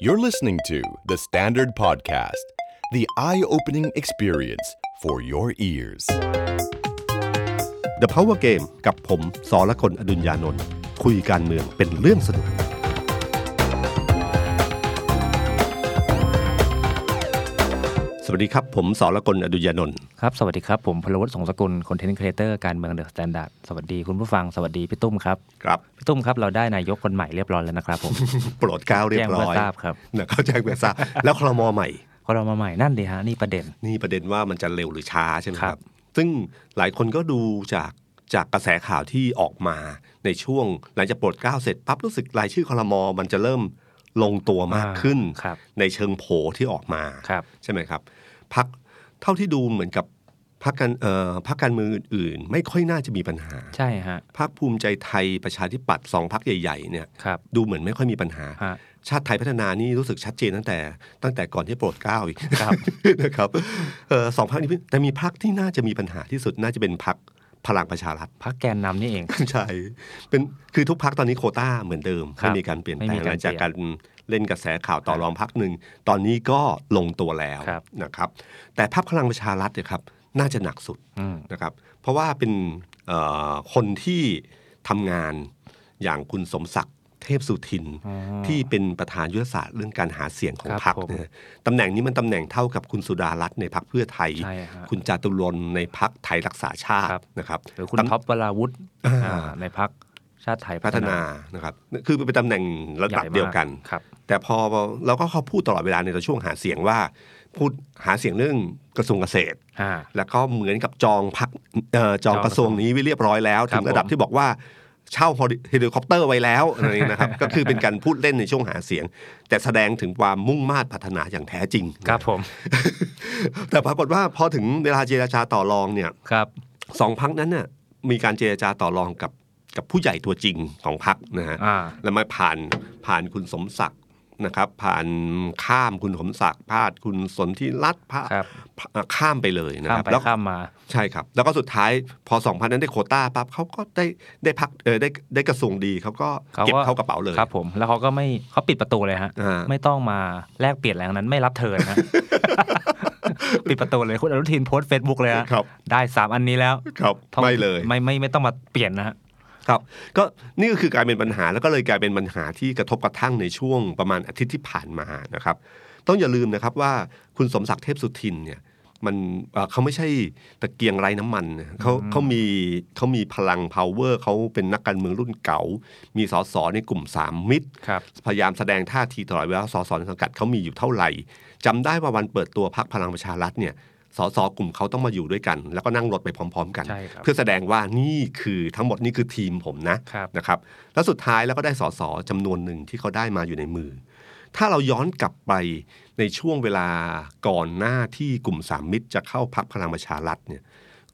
You're listening to The Standard Podcast, the eye opening experience for your ears. The Power Game กับผมสอละคนอดุญญานนท์คุยการเมืองเป็นเรื่องสนุก สวัสดีครับ ผมสอละคนอดุญญานนท์ ครับ สวัสดีครับ ผมพลวัตสงสกุลคอนเทนต์ครีเอเตอร์การเมืองเดอะสแตนดาร์ดสวัสดีคุณผู้ฟังสวัสดีพี่ตุ้มครับ ครับ พี่ตุ้มครับ เราได้นายกคนใหม่เรียบร้อยแล้วนะครับผม โปรดเกล้าวเรียบร้อย แจ้งเพื่อทราบครับ นะเข้าใจเพื่อทราบแล้วคลมอใหม่ ก็เรามาใหม่นั่นดีฮะ นี่ประเด็น นี่ประเด็นว่ามันจะเร็วหรือช้าใช่ไหมค ครั รับ บ ซึ่งหลายคนก็ดูจากจากกระแสข่าวที่ออกมาในช่วง หลังจากโปรดเกล้าเสร็จปั๊บรู้สึกรายชื่อคลมอมันจะเริ่มลงตัวมากขึ้น ครับ ในเชิงโผที่ออกมา ครับ ใช่ไหมครับพักเท่าที่ดูเหมือนกับพักการเอ่อพักการเมืองอื่น ๆ ไม่ค่อยน่าจะมีปัญหา ใช่ฮะ พักภูมิใจไทยประชาธิปัตย์สองพักใหญ่ ๆ เนี่ย ครับ ดูเหมือนไม่ค่อยมีปัญหา ฮะ ชาติไทยพัฒนานี่รู้สึกชัดเจนตั้งแต่ ตั้งแต่ก่อนที่โปรดเกล้าอีก ครับ นะครับเอ่อสองพักนี้แต่มีพักที่น่าจะมีปัญหาที่สุดน่าจะเป็นพักพลังประชารัฐ พักแกนนำนี่เอง ใช่เป็นคือทุกพักตอนนี้โควต้าเหมือนเดิม ครับ ไม่มีการเปลี่ยนแปล ไม่มี งหการลังจากการเล่นกระแสข่าวต่อรองพักหนึ่งตอนนี้ก็ลงตัวแล้ว ครับ นะครับ แต่พักพลังประชารัฐเนี่ยครับน่าจะหนักสุด อืม นะครับเพราะว่าเป็นเอ่อคนที่ทำงานอย่างคุณสมศักดิ์เทพสุทิน อ๋อ ที่เป็นประธานยุทธศาสตร์เรื่องการหาเสียงของ ครับ พรรค ผม เนี่ยตำแหน่งนี้มันตำแหน่งเท่ากับคุณสุดารัตน์ในพักเพื่อไทย ใช่ฮะ คุณจาตุรนต์ในพักไทยรักษาชาติ ครับ นะครับ หรือคุณท็อปวราวุฒิอ่าในพักชาติไทย พัฒนานะครับคือเป็นตำแหน่งระดับเดียวกัน ใหญ่มาครับ แต่พอเราก็เขาพูดตลอดเวลาในช่วงหาเสียงว่า พูดหาเสียงเรื่องกระทรวงเกษตร อ่า แล้วก็เหมือนกับจองพักเอ่อจองกระทรวงนี้ไว้เรียบร้อยแล้ว ครั ถึ บ งระดับ ผม ที่บอกว่าเช่าเฮลิคอปเตอร์ไว้แล้ว อะไรอย่างนี้นะครับ ก็คือเป็นการพูดเล่นในช่วงหาเสียง แต่แสดงถึงความมุ่งมา่พัฒนาอย่างแท้จริง ครับผม แต่ปรากฏว่าพอถึงเวลาเจราจาต่อรองเนี่ย ครับ สองพักนั้นน่ะมีการเจรจาต่อรองกับกับผู้ใหญ่ตัวจริงของพักนะฮะ อ่า แล้วมาผ่านผ่านคุณสมศักดิ์นะครับ ผ่านข้ามคุณสมศักดิ์พาดคุณสนธิรัตน์พาด ครับ อ่าข้ามไปเลยนะคข้ามรับ ไป แล้ว ข้ามมา ใช่ครับ แล้วก็สุดท้ายพอสองพันนั้นได้โควต้าปั๊บเขาก็ได้ได้พักเออได้ได้กระทรวงดีเขาก็ เขาก็ เก็บเข้ากระเป๋าเลย ครับผมแล้วเขาก็ไม่เขาปิดประตูเลยฮะ อ่า ไม่ ต้องมาแลกเปลี่ยนแรงนั้นไม่รับเธอนะ ปิดประตูเลยคุณอนุทินโพสต์เฟซบุ๊กเลยฮะ ครับ ได้สามอันนี้แล้ว ครับ ต้อง ไม่เลย ไม่ไม่ไม่ต้องมาเปลี่ยนนะฮะ ครับก็นี่ก็คือการเป็นปัญหาแล้วก็เลยกลายเป็นปัญหาที่กระทบกระทั่งในช่วงประมาณอาทิตย์ที่ผ่านมานะครับ ต้องอย่าลืมนะครับว่าคุณสมศักดิ์เทพสุทินเนี่ยมันเอ่อเขาไม่ใช่ตะเกียงไร้น้ำมันนะเขาเขามีเขามีพลัง power เขาเป็นนักการเมืองรุ่นเก่า มีสสในกลุ่มสามมิตร ครับ พยายามแสดงท่าทีตลอดเวลาสสในสังกัดเขามีอยู่เท่าไหร่จำได้ว่าวันเปิดตัวพักพลังประชารัฐเนี่ยสสกลุ่มเขาต้องมาอยู่ด้วยกัน แล้วก็นั่งรถไปพร้อม ๆ กัน ใช่ครับ เพื่อแสดงว่านี่คือทั้งหมดนี่คือทีมผมนะครับ นะครับ แล้วสุดท้ายแล้วก็ได้สสจำนวนหนึ่งที่เขาได้มาอยู่ในมือ ถ้าเราย้อนกลับไปในช่วงเวลาก่อนหน้าที่กลุ่มสามมิตรจะเข้าพักพลังประชารัฐเนี่ย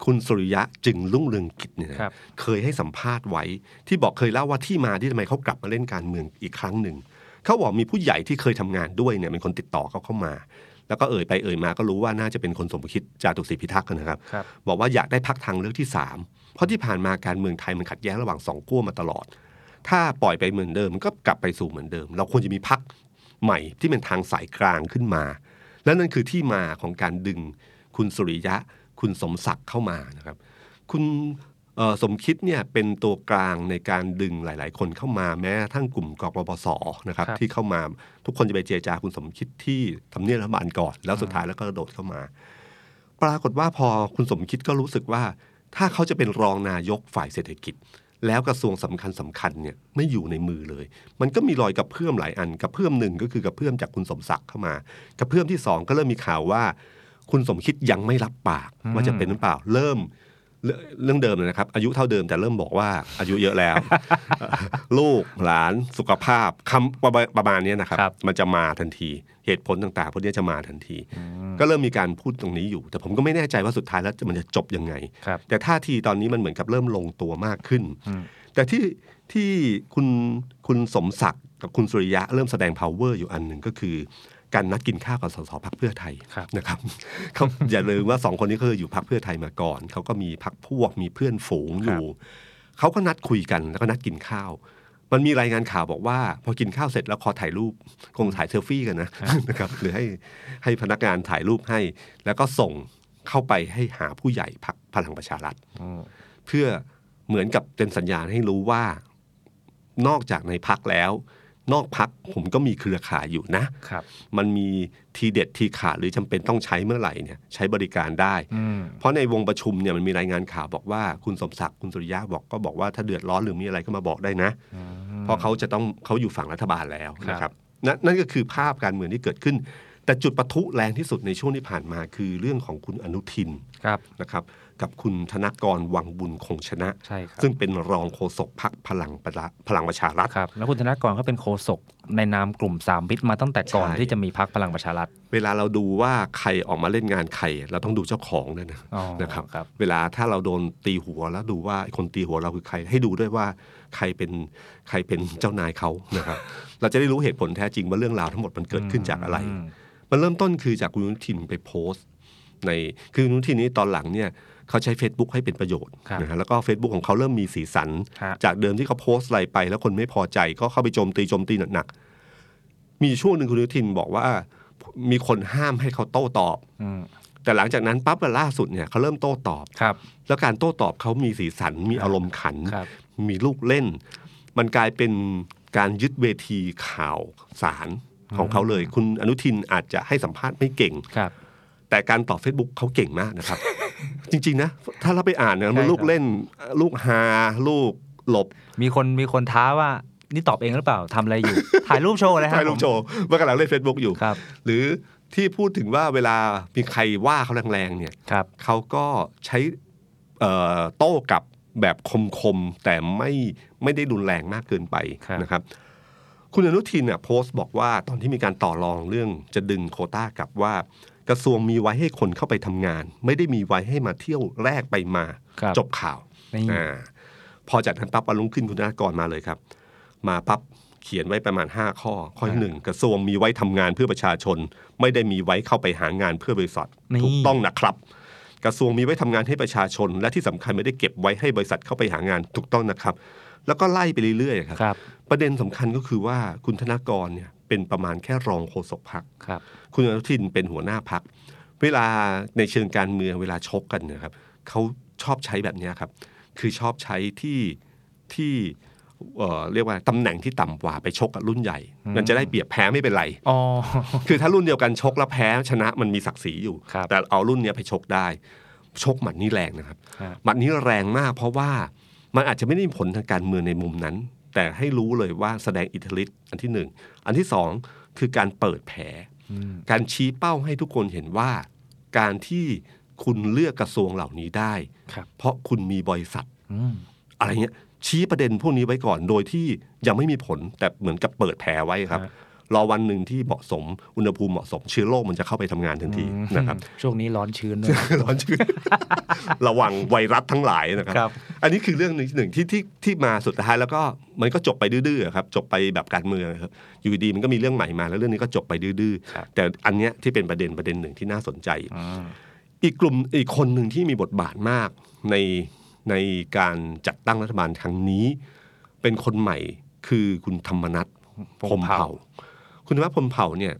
คุณสุริยะจึงรุ่งเรืองกิจเนี่ยนะครับ เคยให้สัมภาษณ์ไว้ ที่บอกเคยเล่าว่าที่มาที่ทำไมเขากลับมาเล่นการเมืองอีกครั้งหนึ่ง เขาบอกมีผู้ใหญ่ที่เคยทำงานด้วยเนี่ยเป็นคนติดต่อเขาเข้ามา แล้วก็เอ่ยไปเอ่ยมาก็รู้ว่าน่าจะเป็นคนสมคิดจาตุศรีพิทักษ์นะครับ ครับ บอกว่าอยากได้พักทางเลือกที่ 3 เพราะที่ผ่านมาการเมืองไทยมันขัดแย้งระหว่างสองขั้วมาตลอด ถ้าปล่อยไปเหมือนเดิมมันก็กลับไปสู่เหมือนเดิม เราควรจะมีพักใหม่ที่เป็นทางสายกลางขึ้นมา และนั่นคือที่มาของการดึงคุณสุริยะ คุณสมศักดิ์เข้ามานะครับ คุณเอ่อสมคิดเนี่ยเป็นตัวกลางในการดึงหลาย ๆ คนเข้ามาแม้กระทั้งกลุ่มกปปสนะครับ ครับ ที่เข้ามาทุกคนจะไปเจรจาคุณสมคิดที่ทำเนียบรัฐบาลก่อน แล้วสุดท้ายแล้วก็โดดเข้ามา ปรากฏว่าพอคุณสมคิดก็รู้สึกว่า ถ้าเขาจะเป็นรองนายกฝ่ายเศรษฐกิจ แล้วกระทรวงสำคัญสคัญๆเนี่ยไม่อยู่ในมือเลย มันก็มีรอยกระเพื่อมหลายอันกระเพื่อมหนึ่งก็คือกระเพื่อมจากคุณสมศักดิ์เข้ามากระเพื่อมที่สองก็เริ่มมีข่าวว่า คุณสมคิดยังไม่รับปากว่าจะเป็นหรือเปล่าเริ่ม เรื่องเรื่องเดิมเลยนะครับ อายุเท่าเดิมแต่เริ่มบอกว่า อายุเยอะแล้ว ลูกหลานสุขภาพคำประมาณประมาณเนี้ยนะครับ ครับ มันจะมาทันทีเหตุผลต่างๆพวกเนี้ยจะมาทันที ก็เริ่มมีการพูดตรงนี้อยู่ แต่ผมก็ไม่แน่ใจว่าสุดท้ายแล้วมันจะจบยังไง ครับ แต่ท่าทีตอนนี้มันเหมือนกับเริ่มลงตัวมากขึ้น อืม แต่ที่ที่คุณคุณสมศักดิ์กับคุณสุริยะเริ่มแสดง power อยู่อันหนึ่งก็คือ การนัดกินข้าวกับสสพักเพื่อไทย ครับ นะครับ เขาอย่าลืมว่าสองคนนี้เคยอยู่พักเพื่อไทยมาก่อน เขาก็มีพักพวกมีเพื่อนฝูงอยู่ เขาก็นัดคุยกันแล้วก็นัดกินข้าว มันมีรายงานข่าวบอกว่า พอกินข้าวเสร็จแล้วขอถ่ายรูปคงถ่ายเซลฟี่กันนะ นะครับหรือให้ให้พนักงานถ่ายรูปให้ แล้วก็ส่งเข้าไปให้หาผู้ใหญ่พักพลังประชารัฐ อืม เพื่อเหมือนกับเป็นสัญญาณให้รู้ว่า นอกจากในพักแล้ว นอกพักผมก็มีเครือข่ายอยู่นะ ครับ มันมีทีเด็ดทีขาดหรือจำเป็นต้องใช้เมื่อไหร่เนี่ยใช้บริการได้ อืม เพราะในวงประชุมเนี่ยมันมีรายงานข่าวบอกว่าคุณสมศักดิ์คุณสุริยะบอกก็บอกว่าถ้าเดือดร้อนหรือมีอะไรก็มาบอกได้นะ อืม เพราะเขาจะต้องเขาอยู่ฝั่งรัฐบาลแล้ว ครับ นะครับนั่นนั่นก็คือภาพการเมืองที่เกิดขึ้น แต่จุดปะทุแรงที่สุดในช่วงที่ผ่านมาคือเรื่องของคุณอนุทิน ครับ นะครับกับคุณธนกรวังบุญคงชนะ ใช่ครับ ซึ่งเป็นรองโฆษกพักพลังประชาพลังประชารัฐ ครับ แล้วคุณธนากรก็เป็นโฆษกในนามกลุ่มสามมิตรมาตั้งแต่ก่อน ใช่ ที่จะมีพักพลังประชารัฐ เวลาเราดูว่าใครออกมาเล่นงานใครเราต้องดูเจ้าของด้วยนะ อ๋อ นะครับ ครับ เวลาถ้าเราโดนตีหัวแล้วดูว่าไอ้คนตีหัวเราคือใคร ให้ดูด้วยว่าใครเป็นใครเป็นเจ้านายเขานะครับ เราจะได้รู้เหตุผลแท้จริงว่าเรื่องราวทั้งหมดมันเกิดขึ้นจากอะไร ม มันเริ่มต้นคือจากคุณอนุทินไปโพสต์ ในคือคุณอนุทินนี้ตอนหลังเนี่ยเขาใช้ Facebook ให้เป็นประโยชน์ ครับ นะฮะแล้วก็ Facebook ของเขาเริ่มมีสีสัน ฮะ จากเดิมที่เขาโพสต์อะไรไป แล้วคนไม่พอใจก็เข้าไปโจมตีโจมตีหนักๆมีช่วงหนึ่งคุณอนุทินบอกว่ามีคนห้ามให้เขาโต้ตอบ อืม แต่หลังจากนั้นปั๊บล่าสุดเนี่ยเขาเริ่มโต้ตอบ ครับ แล้วการโต้ตอบเขามีสีสันมีอารมณ์ขัน ครับ มีลูกเล่น มันกลายเป็นการยึดเวทีข่าวสารของเขาเลย คุณอนุทินอาจจะให้สัมภาษณ์ไม่เก่ง ครับ แต่การตอบ Facebook เขาเก่งมากนะครับ จริง ๆ นะ ถ้าเราไปอ่านเนี่ยมัน ใช่ครับ ลูกเล่น ลูกฮาลูกหลบ มีคนมีคนท้าว่านี่ตอบเองหรือเปล่าทำอะไร อยู่ ถ่ายรูปโชว์เลยฮะ ใช่ลูกโจว่ากำลังเล่น Facebook อยู่ ครับ หรือที่พูดถึงว่าเวลามีใครว่าเขาแรงๆเนี่ย ครับ เขาก็ใช้เอ่อโต้กลับแบบคมๆ แต่ไม่ไม่ได้รุนแรงมากเกินไป ครับ นะครับ คุณอนุทินเนี่ยโพสต์บอกว่าตอนที่มีการต่อรองเรื่องจะดึงโควต้ากลับว่า กระทรวงมีไว้ให้คนเข้าไปทำงาน ไม่ได้มีไว้ให้มาเที่ยวแรกไปมา ครับ จบข่าว นี่ อ่าพอจากนั้นปั๊บวันรุ่งขึ้นคุณธนากรมาเลยครับ มาปั๊บเขียนไว้ประมาณ 5 ข้อ ข้อที่หนึ่งกระทรวงมีไว้ทำงานเพื่อประชาชน ไม่ได้มีไว้เข้าไปหางานเพื่อบริษัท นี่ ถูกต้องนะครับ กระทรวงมีไว้ทำงานให้ประชาชน และที่สำคัญไม่ได้เก็บไว้ให้บริษัทเข้าไปหางานถูกต้องนะครับ แล้วก็ไล่ไปเรื่อยๆครับ ครับ ประเด็นสำคัญก็คือว่าคุณธนากรเนี่ยเป็นประมาณแค่รองโฆษกพัก ครับ คุณอนุทินเป็นหัวหน้าพัก เวลาในเชิงการเมืองเวลาชกกันเนะครับเขาชอบใช้แบบเนี้ยครับ คือชอบใช้ที่ที่เอ่อเรียกว่าตำแหน่งที่ต่ำกว่าไปชกกับรุ่นใหญ่ มันจะได้เปรียบแพ้ไม่เป็นไร อ๋อ คือถ้ารุ่นเดียวกันชกแล้วแพ้ชนะมันมีศักดิ์ศรีอยู่ ครับ แต่เอารุ่นเนี้ยไปชกได้ ชกหมัดนี้แรงนะครับ ฮะ หมัดนี้แรงมากเพราะว่ามันอาจจะไม่ได้มีผลทางการเมืองในมุมนั้น แต่ให้รู้เลยว่าแสดงอิทธิฤทธิ์อันที่หนึ่งอันที่สองคือการเปิดแผล อืม การชี้เป้าให้ทุกคนเห็นว่า การที่คุณเลือกกระทรวงเหล่านี้ได้ ครับ เพราะคุณมีบริษัท อืม อะไรเงี้ยชี้ประเด็นพวกนี้ไว้ก่อนโดยที่ยังไม่มีผลแต่เหมือนกับเปิดแผลไว้ครับ รอวันหนึ่งที่เหมาะสมอุณหภูมิเหมาะสมเชื้อโรคมันจะเข้าไปทำงานทันทีนะครับ ช่วงนี้ร้อนชื้นด้วย ร้อนชื้น ระวังไวรัสทั้งหลายนะครับ ครับ อันนี้คือเรื่องหนึ่งหนึ่งที่ที่ที่มาสุดท้ายแล้วก็มันก็จบไปดื้อๆครับ จบไปแบบการเมืองครับอยู่ดีๆมันก็มีเรื่องใหม่มาแล้วเรื่องนี้ก็จบไปดื้อ ครับ ๆแต่อันเนี้ยที่เป็นประเด็นประเด็นหนึ่งที่น่าสนใจ อืม อีกกลุ่มอีกคนหนึ่งที่มีบทบาทมากในในการจัดตั้งรัฐบาลครั้งนี้ เป็นคนใหม่คือคุณธรรมนัทพรหมเผ่า คุณธรรมนัทพรหมเผ่าเนี่ย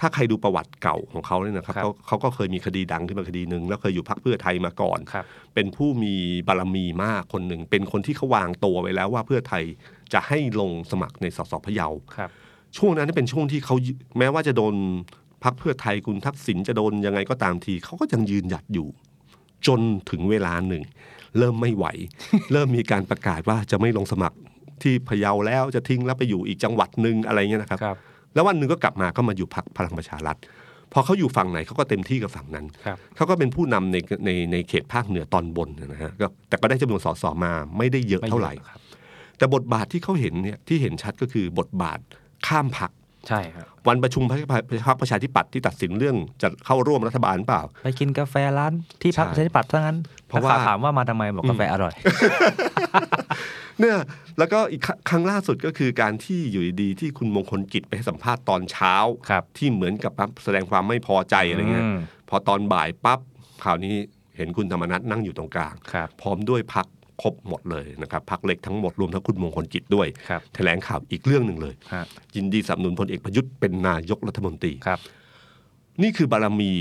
ถ้าใครดูประวัติเก่าของเขาเนี่ยนะครับเขาเขาก็เคยมีคดีดังขึ้นมาคดีหนึ่งแล้วเคยอยู่พรรคเพื่อไทยมาก่อน ครับ เป็นผู้มีบารมีมากคนหนึ่ง เป็นคนที่เขาวางตัวไว้แล้วว่าเพื่อไทยจะให้ลงสมัครในสสพะเยา ครับ ช่วงนั้นเป็นช่วงที่เขายึแม้ว่าจะโดนพักเพื่อไทยคุณทักษิณจะโดนยังไงก็ตามที เขาก็ยังยืนหยัดอยู่ จนถึงเวลาหนึ่ง เริ่มไม่ไหว เริ่มมีการประกาศว่าจะไม่ลงสมัครที่พะเยาแล้วจะทิ้งแล้วไปอยู่อีกจังหวัดหนึ่งอะไรเงี้ยนะครับ ครับ แล้ววันหนึ่งก็กลับมาก็มาอยู่พักพลังประชารัฐพอเขาอยู่ฝั่งไหนเขาก็เต็มที่กับฝั่งนั้น ครับ เขาก็เป็นผู้นำในในในเขตภาคเหนือตอนบนนะฮะก็แต่ก็ได้จำนวนสสมาไม่ได้เยอะเท่าไหร่ ม่ยอะครับ แต่บทบาทที่เขาเห็นเนี่ยที่เห็นชัดก็คือบทบาทข้ามพรรค ใช่ครับ วันประชุมพรรคพรรคประชาธิปัตย์ที่ตัดสินเรื่องจะเข้าร่วมรัฐบาลหรือเปล่า ไปกินกาแฟร้านที่พัก ใช่ ประชาธิปัตย์ทั้งนั้น เพราะว่า นักข่ถามว่ามาทำไมบอกกาแฟอร่อย เนี่ยแล้วก็อีกครัครั้งล่าสุดก็คือการที่อยู่ดีๆที่คุณมงคลกิจไปให้สัมภาษณ์ตอนเช้า ครับ ที่เหมือนกับแสดงความไม่พอใจอะไรเงี้ย ม พอตอนบ่ายปั๊บคราวนี้เห็นคุณธรรมนัฐนั่งอยู่ตรงกลาง ครับ พร้อมด้วยพัก ครบหมดเลยนะครับพักเล็กทั้งหมดรวมทั้งคุณมงคลกิจด้วย ครับ แถลงข่าวอีกเรื่องหนึ่งเลย ฮะ ยินดีสนับสนุนพลเอกประยุทธ์เป็นนายกรัฐมนตรี ครับ นี่คือบารมี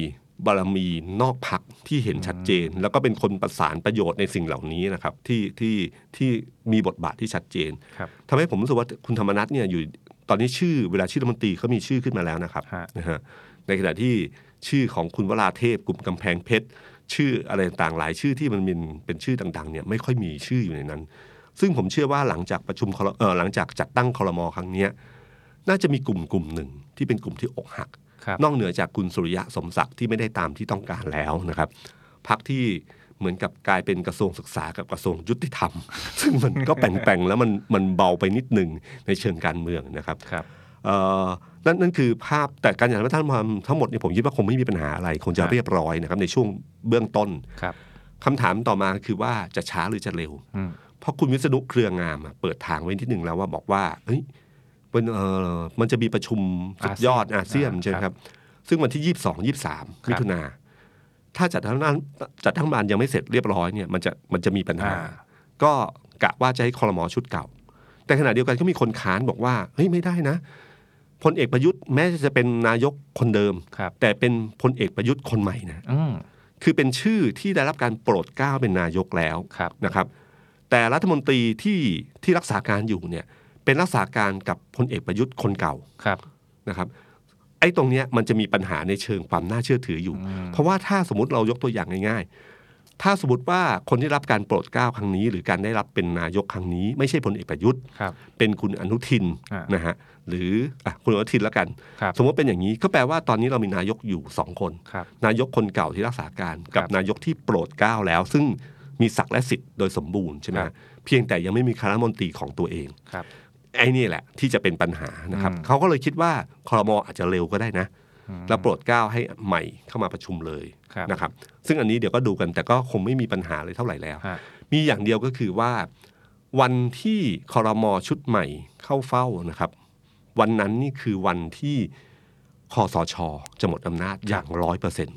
บารมีนอกพักที่เห็นชัดเจน แล้วก็เป็นคนประสานประโยชน์ในสิ่งเหล่านี้นะครับที่ที่ที่มีบทบาทที่ชัดเจน ครับ ทำให้ผมรู้สึกว่าคุณธรรมนัฐเนี่ยอยู่ตอนนี้ชื่อเวลาชื่อรัฐมนตรีเขามีชื่อขึ้นมาแล้วนะครับ ฮะ นะฮะในขณะที่ชื่อของคุณวราเทพกลุ่มกำแพงเพชร ชื่ออะไรต่างๆหลายชื่อที่มันเป็นเป็นชื่อดังๆเนี่ยไม่ค่อยมีชื่ออยู่ในนั้น ซึ่งผมเชื่อว่าหลังจากประชุมครเออหลังจากจัดตั้งครมครั้งเนี้ยน่าจะมีกลุ่มกลุ่มหนึ่งที่เป็นกลุ่มที่อกหัก ครับ นอกเหนือจากคุณสุริยะสมศักดิ์ที่ไม่ได้ตามที่ต้องการแล้วนะครับพักที่เหมือนกับกลายเป็นกระทรวงศึกษากับกระทรวงยุติธรรม ซึ่งมันก็แป่งๆแล้วมันมันเบาไปนิดหนึ่งในเชิงการเมืองนะครับ ครับ เอ่อนั่นนั่นคือภาพแต่การจัดการวัฒนธรรมทั้งหมดเนี่ยผมคิดว่าคงไม่มีปัญหาอะไร คงจะ ครับ เรียบร้อยนะครับในช่วงเบื้องต้น ครับ คำถามต่อมาคือว่าจะช้าหรือจะเร็ว อืม เพราะคุณวิษณุเครืองามอะเปิดทางไว้ที่หนึ่งแล้วว่าบอกว่าเฮ้ยมันเอ่อมันจะมีประชุมสุดยอดอาเซียนใช่ไหมครับ ซึ่งวันที่ยี่สิบสองยี่สามมิถุนาถ้าจัดทั้งนั้นจัดทั้งบานยังไม่เสร็จเรียบร้อยเนี่ยมันจะมันจะมีปัญหา อ่า ก็กะว่าจะให้คอรมอชุดเก่า แต่ขณะเดียวกันก็มีคนค้านบอกว่าเฮ้ยไม่ได้นะพลเอกประยุทธ์แม้จะเป็นนายกคนเดิม ครับ แต่เป็นพลเอกประยุทธ์คนใหม่นะ อืม คือเป็นชื่อที่ได้รับการโปรดเกล้าเป็นนายกแล้ว ครับ นะครับ แต่รัฐมนตรีที่ที่รักษาการอยู่เนี่ยเป็นรักษาการกับพลเอกประยุทธ์คนเก่า ครับ นะครับ ไอ้ตรงเนี้ยมันจะมีปัญหาในเชิงความน่าเชื่อถืออยู่ อืม เพราะว่าถ้าสมมติเรายกตัวอย่างง่ายๆ ถ้าสมมติว่าคนที่รับการโปรดเกล้าครั้งนี้ หรือการได้รับเป็นนายกครั้งนี้ ไม่ใช่พลเอกประยุทธ์ ครับ เป็นคุณอนุทิน อ่าน นะฮะหรืออ่ะคุณอนุทินแล้วกัน ครับ สมมติเป็นอย่างนี้ก็แปลว่าตอนนี้เรามีนายกอยู่สองคน ครับ นายกคนเก่าที่รักษาการ ครั กั บบ นายกที่โปรดเกล้าแล้ว ซึ่งมีศักดิ์และสิทธิ์โดยสมบูรณ์ใช่ไหม ครับ เพียงแต่ยังไม่มีคณะรัฐมนตรีของตัวเอง ครับ ไอ้นี่แหละที่จะเป็นปัญหานะครับ อืม เขาก็เลยคิดว่าครมอาจจะเร็วก็ได้นะ อืม แล้วโปรดเกล้าให้ใหม่เข้ามาประชุมเลย ครับ นะครับซึ่งอันนี้เดี๋ยวก็ดูกันแต่ก็คงไม่มีปัญหาเลยเท่าไหร่แล้ว ฮะ มีอย่างเดียวก็คือว่าวันที่คอรมอชุดใหม่เข้าเฝ้านะครับ วันนั้นนี่คือวันที่คอสช จะหมดอำนาจอย่างร้อยเปอร์เซ็น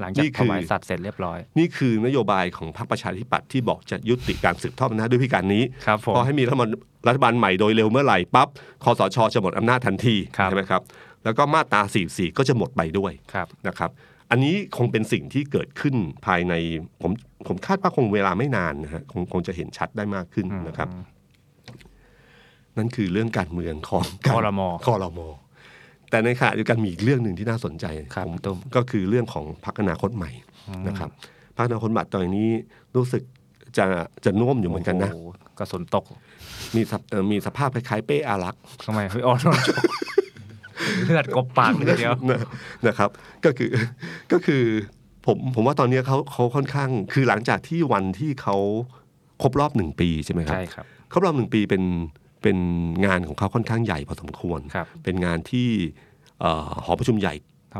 หลังจาก นี่ ถ คือ วายสัตว์เสร็จเรียบร้อย นี่คือนโยบายของพรรคประชาธิปัตย์ที่บอกจะยุติการสืบทอดอำนาจด้วยพิการนี้ ครับผม พอให้มีรัฐบาลรัฐบาลใหม่โดยเร็วเมื่อไหร่ปั๊บคอสช จะหมดอำนาจทันที ครับ ใช่ไหมครับ แล้วก็มาตรา44ก็จะหมดไปด้วย ครับ นะครับ อันนี้คงเป็นสิ่งที่เกิดขึ้นภายในผมผมคาดว่าคงเวลาไม่นานนะฮะคงคงจะเห็นชัดได้มากขึ้นนะครับ นั่นคือเรื่องการเมืองของ คอรมอ คอรมอแต่ในขณะเดียวกันมีอีกเรื่องหนึ่งที่น่าสนใจ ครับ ผม ตุ้ม ก็คือเรื่องของพรรคอนาคตใหม่นะครับพรรคอนาคตใหม่ตอนนี้รู้สึกจะจะน่วมอยู่เหมือนกันนะ โโกระสุนตก มีสภเอ่อมีสภาพคล้ายๆเป้อารักษ์ ทำไมพี่ออนโด นจกเลือดกบปากเลยทีเดียว นะนะครับก็คือก็คือผมผมว่าตอนเนี้ยเขาเขาค่อนข้าง คือหลังจากที่วันที่เขาครบรอบหนึ่งปีใช่ไหมครับ ใช่ครับ ครบรอบหนึ่งปีเป็นเป็นงานของเขาค่อนข้างใหญ่พอสมควร ครับ เป็นงานที่เอ่อหอประชุมใหญ่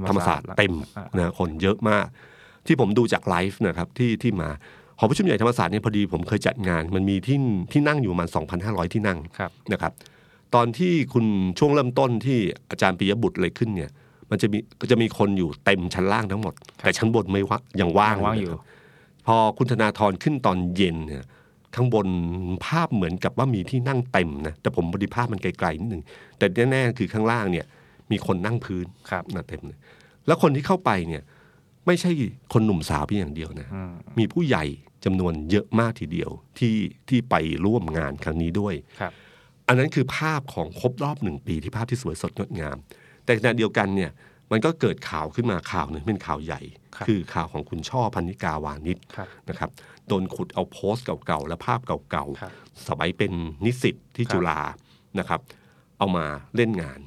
ธรรมศาสตร์เต็ม อ่า นะคนเยอะมาก ที่ผมดูจากไลฟ์นะครับที่ที่มาหอประชุมใหญ่ธรรมศาสตร์เนี่ยพอดีผมเคยจัดงาน มันมีที่ที่นั่งอยู่ประมาณ2,500 ที่นั่ง ครับ นะครับตอนที่คุณช่วงเริ่มต้นที่อาจารย์ปิยบุตรเลยขึ้นเนี่ยมันจะมีก็จะมีคนอยู่เต็มชั้นล่างทั้งหมด แต่ชั้นบนไม่ว่างยังว่าง ยังว่างอยู่ นะครับพอคุณธนาธรขึ้นตอนเย็นเนี่ยข้างบนภาพเหมือนกับว่ามีที่นั่งเต็มนะแต่ผมพอดีภาพมันไกลๆนิดนึงแต่แน่ๆคือข้างล่างเนี่ยมีคนนั่งพื้น ครับ นะเต็มเลยแล้วคนที่เข้าไปเนี่ยไม่ใช่คนหนุ่มสาวเพียงอย่างเดียวนะ อืม มีผู้ใหญ่จำนวนเยอะมากทีเดียวที่ที่ไปร่วมงานครั้งนี้ด้วย ครับ อันนั้นคือภาพของครบรอบหนึ่งปีที่ภาพที่สวยสดงดงาม แต่ขณะเดียวกันเนี่ยมันก็เกิดข่าวขึ้นมาข่าวหนึ่งเป็นข่าวใหญ่ ครับ คือข่าวของคุณช่อพันนิกาวานิช ครับ นะครับโดนขุดเอาโพสต์เก่าๆ และภาพเก่า ครับ ๆ สมัยเป็นนิสิตที่ ครับ จุฬานะครับ เอามาเล่นงาน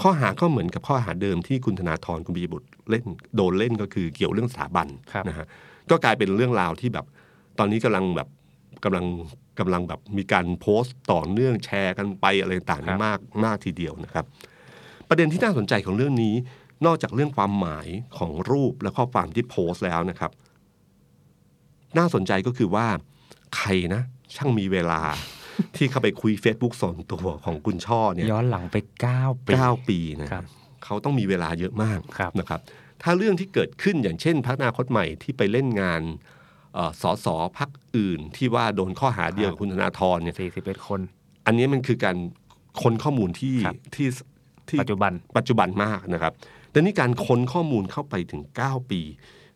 ข้อหาก็เหมือนกับข้อหาเดิมที่คุณธนาธรคุณบีบุตรเล่นโดนเล่นก็คือเกี่ยวเรื่องสถาบัน ครับ นะฮะก็กลายเป็นเรื่องราวที่แบบตอนนี้กำลังแบบกำลังกำลังแบบมีการโพสต์ต่อเนื่องแชร์กันไปอะไรต่าง ครับ ๆมากมากทีเดียวนะครับ ประเด็นที่น่าสนใจของเรื่องนี้ นอกจากเรื่องความหมายของรูปและข้อความที่โพสต์แล้วนะครับ น่าสนใจก็คือว่าใครนะ ช่างมีเวลา ที่เข้าไปคุย Facebook ส่วนตัวของคุณช่อเนี่ย ย้อนหลังไปเก้าปี เก้าปีนะฮะ ครับ เขาต้องมีเวลาเยอะมาก ครับ นะครับถ้าเรื่องที่เกิดขึ้นอย่างเช่นพักนาคตใหม่ที่ไปเล่นงาน เอ่อสสพักอื่นที่ว่าโดนข้อหาเดียวกับคุณธนาธรเนี่ย สี่สิบเอ็ดคน อันนี้มันคือการค้นข้อมูลที่ ครับ ที่ที่ ปัจจุบัน ปัจจุบันมากนะครับ แต่นี่การค้นข้อมูลเข้าไปถึง 9 ปี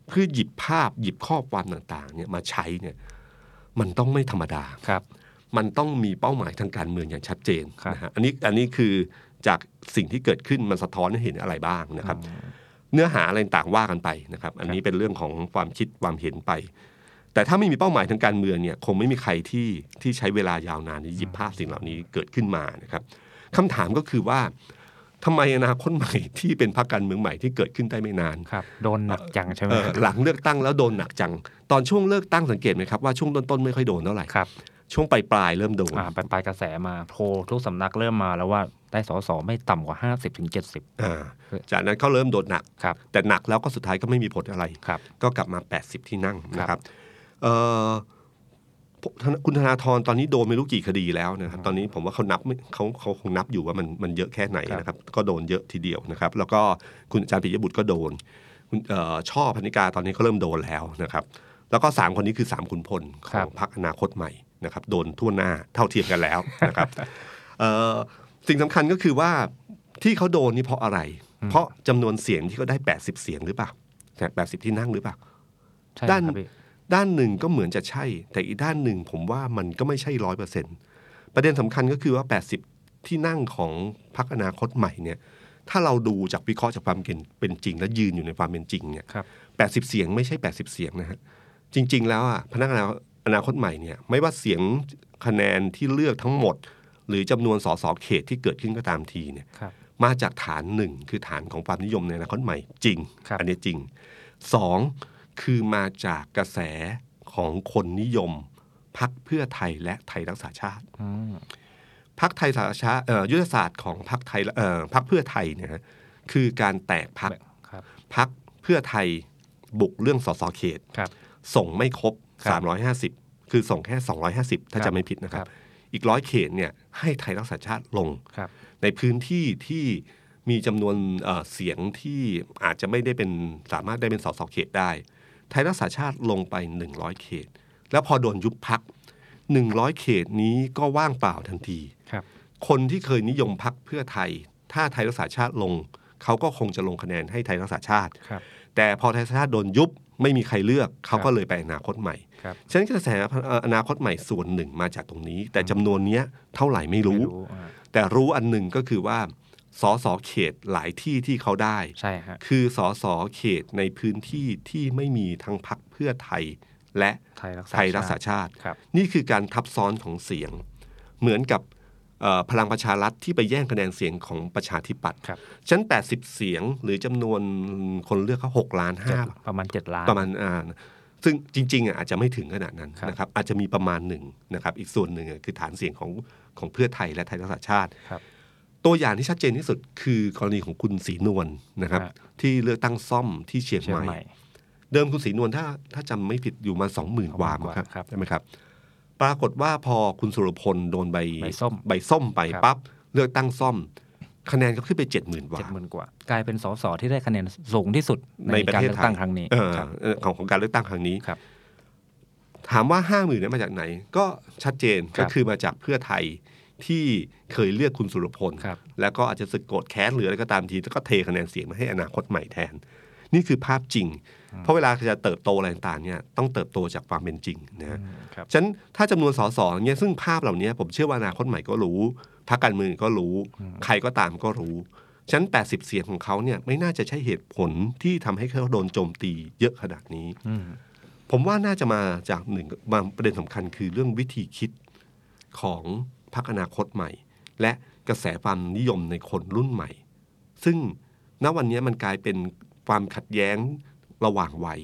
เพื่อหยิบภาพหยิบข้อความต่างๆเนี่ยมาใช้เนี่ยมันต้องไม่ธรรมดา ครับ มันต้องมีเป้าหมายทางการเมืองอย่างชัดเจน ครับ นะฮะอันนี้อันนี้คือจากสิ่งที่เกิดขึ้นมันสะท้อนให้เห็นอะไรบ้างนะครับ เนื้อหาอะไรต่างว่ากันไปนะครับ อันนี้เป็นเรื่องของความคิดความเห็นไป แต่ถ้าไม่มีเป้าหมายทางการเมืองเนี่ยคงไม่มีใครที่ที่ใช้เวลายาวนานในหยิบภาพสิ่งเหล่านี้เกิดขึ้นมานะครับคำถามก็คือว่าทำไมอนาคตใหม่ที่เป็นพรรคการเมืองใหม่ที่เกิดขึ้นได้ไม่นาน ครับ โดนหนักจังใช่ไหม เอ่อหลังเลือกตั้งแล้วโดนหนักจัง ตอนช่วงเลือกตั้งสังเกตไหมครับว่าช่วงต้นๆไม่ค่อยโดนเท่าไหร่ ครับ ช่วงปลายปลายๆเริ่มโดน อ่าไปลายกระแสมาโพลทุกสำนักเริ่มมาแล้วว่าได้สอสอไม่ต่ำกว่าห้าสิบถึงเจ็ดสิบ อ่าจากนั้นเขาเริ่มโดนหนัก ครับ แต่หนักแล้วก็สุดท้ายก็ไม่มีผลอะไร ครับ ก็กลับมา 80 ที่นั่งนะครับเอ่อคุณธนาธรตอนนี้โดนไม่รู้กี่คดีแล้วนะครับ ตอนนี้ผมว่าเขานับไม่เขาเขาคงนับอยู่ว่ามันมันเยอะแค่ไหนนะครับ ก็โดนเยอะทีเดียวนะครับ แล้วก็คุณอาจารย์ปิยบุตรก็โดน คุณเอ่อช่อพนิกาตอนนี้ก็เริ่มโดนแล้วนะครับ แล้วก็ 3 คนนี้คือ 3 คุณพลข ครั อบ งพรรคอนาคตใหม่นะครับ โดนทั่วหน้าเท่าเทียมกันแล้วนะครับ เอ่อสิ่งสำคัญก็คือว่าที่เขาโดนนี่เพราะอะไร เพราะจำนวนเสียงที่เขาได้ 80 เสียงหรือเปล่า80 ที่นั่งหรือเปล่า ใช่ ด้าน ครับพี่ ด้านหนึ่งก็เหมือนจะใช่ แต่อีกด้านหนึ่งผมว่ามันก็ไม่ใช่ร้อยเปอร์เซ็นประเด็นสำคัญก็คือว่า 80 ที่นั่งของพรรคอนาคตใหม่เนี่ยถ้าเราดูจากวิเคราะห์จากความเป็นจริง และยืนอยู่ในความเป็นจริงเนี่ย ครับ 80 เสียงไม่ใช่ 80 เสียงนะฮะจริง ๆ แล้วอ่ะพนักงานอนาคตใหม่เนี่ยไม่ว่าเสียงคะแนนที่เลือกทั้งหมด หรือจำนวนสสเขตที่เกิดขึ้นก็ตามทีเนี่ย ครับ มาจากฐานหนึ่งคือฐานของความนิยมในอนาคตใหม่จริง ครับ อันนี้จริงสองคือมาจากกระแสของคนนิยมพักเพื่อไทยและไทยรักษาชาติ อืม พักไทยสาชาเอ่อยุทธศาสตร์ของพักไทยเอ่อพักเพื่อไทยเนี่ยฮะคือการแตกพัก ครับ พักเพื่อไทยบุกเรื่องสสเขต ครับ ส่งไม่ครบ ครับ 350 คือส่งแค่ 250 ถ้า ครับ จะไม่ผิดนะครั ครับ บ อีกร้อยเขตเนี่ยให้ไทยรักษาชาติลง ครับ ในพื้นที่ที่มีจำนวนเอ่อเสียงที่อาจจะไม่ได้เป็นสามารถได้เป็นสสเขตได้ ไทยรักษาชาติลงไป 100 เขต แล้วพอโดนยุบพัก 100 เขตนี้ก็ว่างเปล่าทันที ครับ คนที่เคยนิยมพักเพื่อไทย ถ้าไทยรักษาชาติลง เขาก็คงจะลงคะแนนให้ไทยรักษาชาติ ครับ แต่พอไทยชาติโดนยุบไม่มีใครเลือกเขาก็เลยไปอนาคตใหม่ ครับ ฉะนั้นกระแสอนาคตใหม่ส่วนหนึ่งมาจากตรงนี้ แต่จำนวนเนี้ยเท่าไหร่ไม่รู้ ไม่รู้อ่า แต่รู้อันหนึ่งก็คือว่าสอสอเขตหลายที่ที่เขาได้ ใช่ฮะ คือสอสอเขตในพื้นที่ที่ไม่มีทั้งพักเพื่อไทยและ ไทยรักษา ไทยรักษาชาติ ครับ นี่คือการทับซ้อนของเสียง เหมือนกับเอ่อพลังประชารัฐที่ไปแย่งคะแนนเสียงของประชาธิปัตย์ ครับ ฉะนัน 80 เสียงหรือจำนวนคนเลือกเขา6ล้าน เจ็ด 5 ประมาณเจ็ดล้าน ประมาณอ่าซึ่งจริงๆอ่ะอาจจะไม่ถึงขนาดนั้น ครับ นะครับอาจจะมีประมาณหนึ่งนะครับอีกส่วนหนึ่งอ่ะคือฐานเสียงของของเพื่อไทยและไทยรักษาชาติ ครับ ตัวอย่างที่ชัดเจนที่สุดคือกรณีของคุณศรีนวลนะครับ ฮะ ที่เลือกตั้งซ่อมที่เชียง เชียใหงม่ ใหม่ เดิมคุณศรีนวลถ้าถ้าจำไม่ผิดอยู่มาสองหมื่นวา 20,000 มั้งครับ ครับ ใช่ไหมครับ ปรากฏว่าพอคุณสุรพลโดนใบ ใบส้ม ใบส้มไป ครับ ปั๊บเลือกตั้งซ่อม คะแนนก็ขึ้นไปเจ็ดหมื่นวา เจ็ดหมื่นกว่า กลายเป็นสสที่ได้คะแนนสูงที่สุดในการเลือกตั้งครั้งนี้ เออ ครับ เออของของการเลือกตั้งครั้งนี้ ครับ ถามว่าห้าหมื่นนั้นมาจากไหน ก็ชัดเจน ครั ก็ บ คือมาจากเพื่อไทยที่เคยเลือกคุณสุรพล ครับ แล้วก็อาจจะสึกโกรธแค้นหรืออะไรก็ตามทีแล้วก็เทคะแนนเสียงมาให้อนาคตใหม่แทน นี่คือภาพจริง เพราะเวลาจะเติบโตอะไรต่างๆเนี่ยต้องเติบโตจากความเป็นจริงนะฮะ อืมครับ ฉะนันถ้าจำนวนสสเนี่ยซึ่งภาพเหล่านี้ผมเชื่อว่าอนาคตใหม่ก็รู้พรรคการเมืองก็รู้ ใครก็ตามก็รู้ฉะนัน80 เสียงของเขาเนี่ยไม่น่าจะใช่เหตุผลที่ทำให้เขาโดนโจมตีเยอะขนาดนี้ อืม ผมว่าน่าจะมาจากหนึ่งมาประเด็นสำคัญคือเรื่องวิธีคิดของพรรคอนาคตใหม่ และกระแสความนิยมในคนรุ่นใหม่ ซึ่งณวันนี้มันกลายเป็นความขัดแย้งระหว่างวัย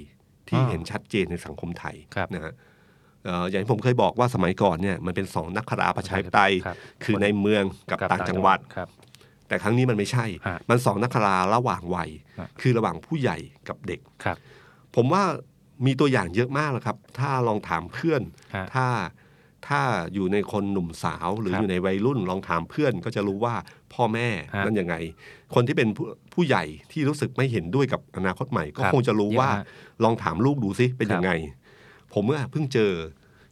ที่ อ่า เห็นชัดเจนในสังคมไทย ครับ นะฮะเอ่ออย่างที่ผมเคยบอกว่าสมัยก่อนเนี่ยมันเป็นสองนักขราประชาธิปไตย ครับ คือในเมืองกับต่างจังหวัด ครับ แต่ครั้งนี้มันไม่ใช่ ฮะ มันสองนักขราระหว่างวัย ฮะ คือระหว่างผู้ใหญ่กับเด็ก ครับ ผมว่ามีตัวอย่างเยอะมากแล้วครับ ถ้าลองถามเพื่อน ฮะ ถ้าถ้าอยู่ในคนหนุ่มสาวหรือ ครัอบยู่ในวัยรุ่นลองถามเพื่อนก็จะรู้ว่าพ่อแม่ ฮะ นั้นยังไง คนที่เป็นผู้ผู้ใหญ่ที่รู้สึกไม่เห็นด้วยกับอนาคตใหม่ ก็ ครับ คงจะรู้ว่า เยอะฮะ ลองถามลูกดูสิเป็น ครับ ยังไง ผ ผมเมื่อเพิ่งเจอ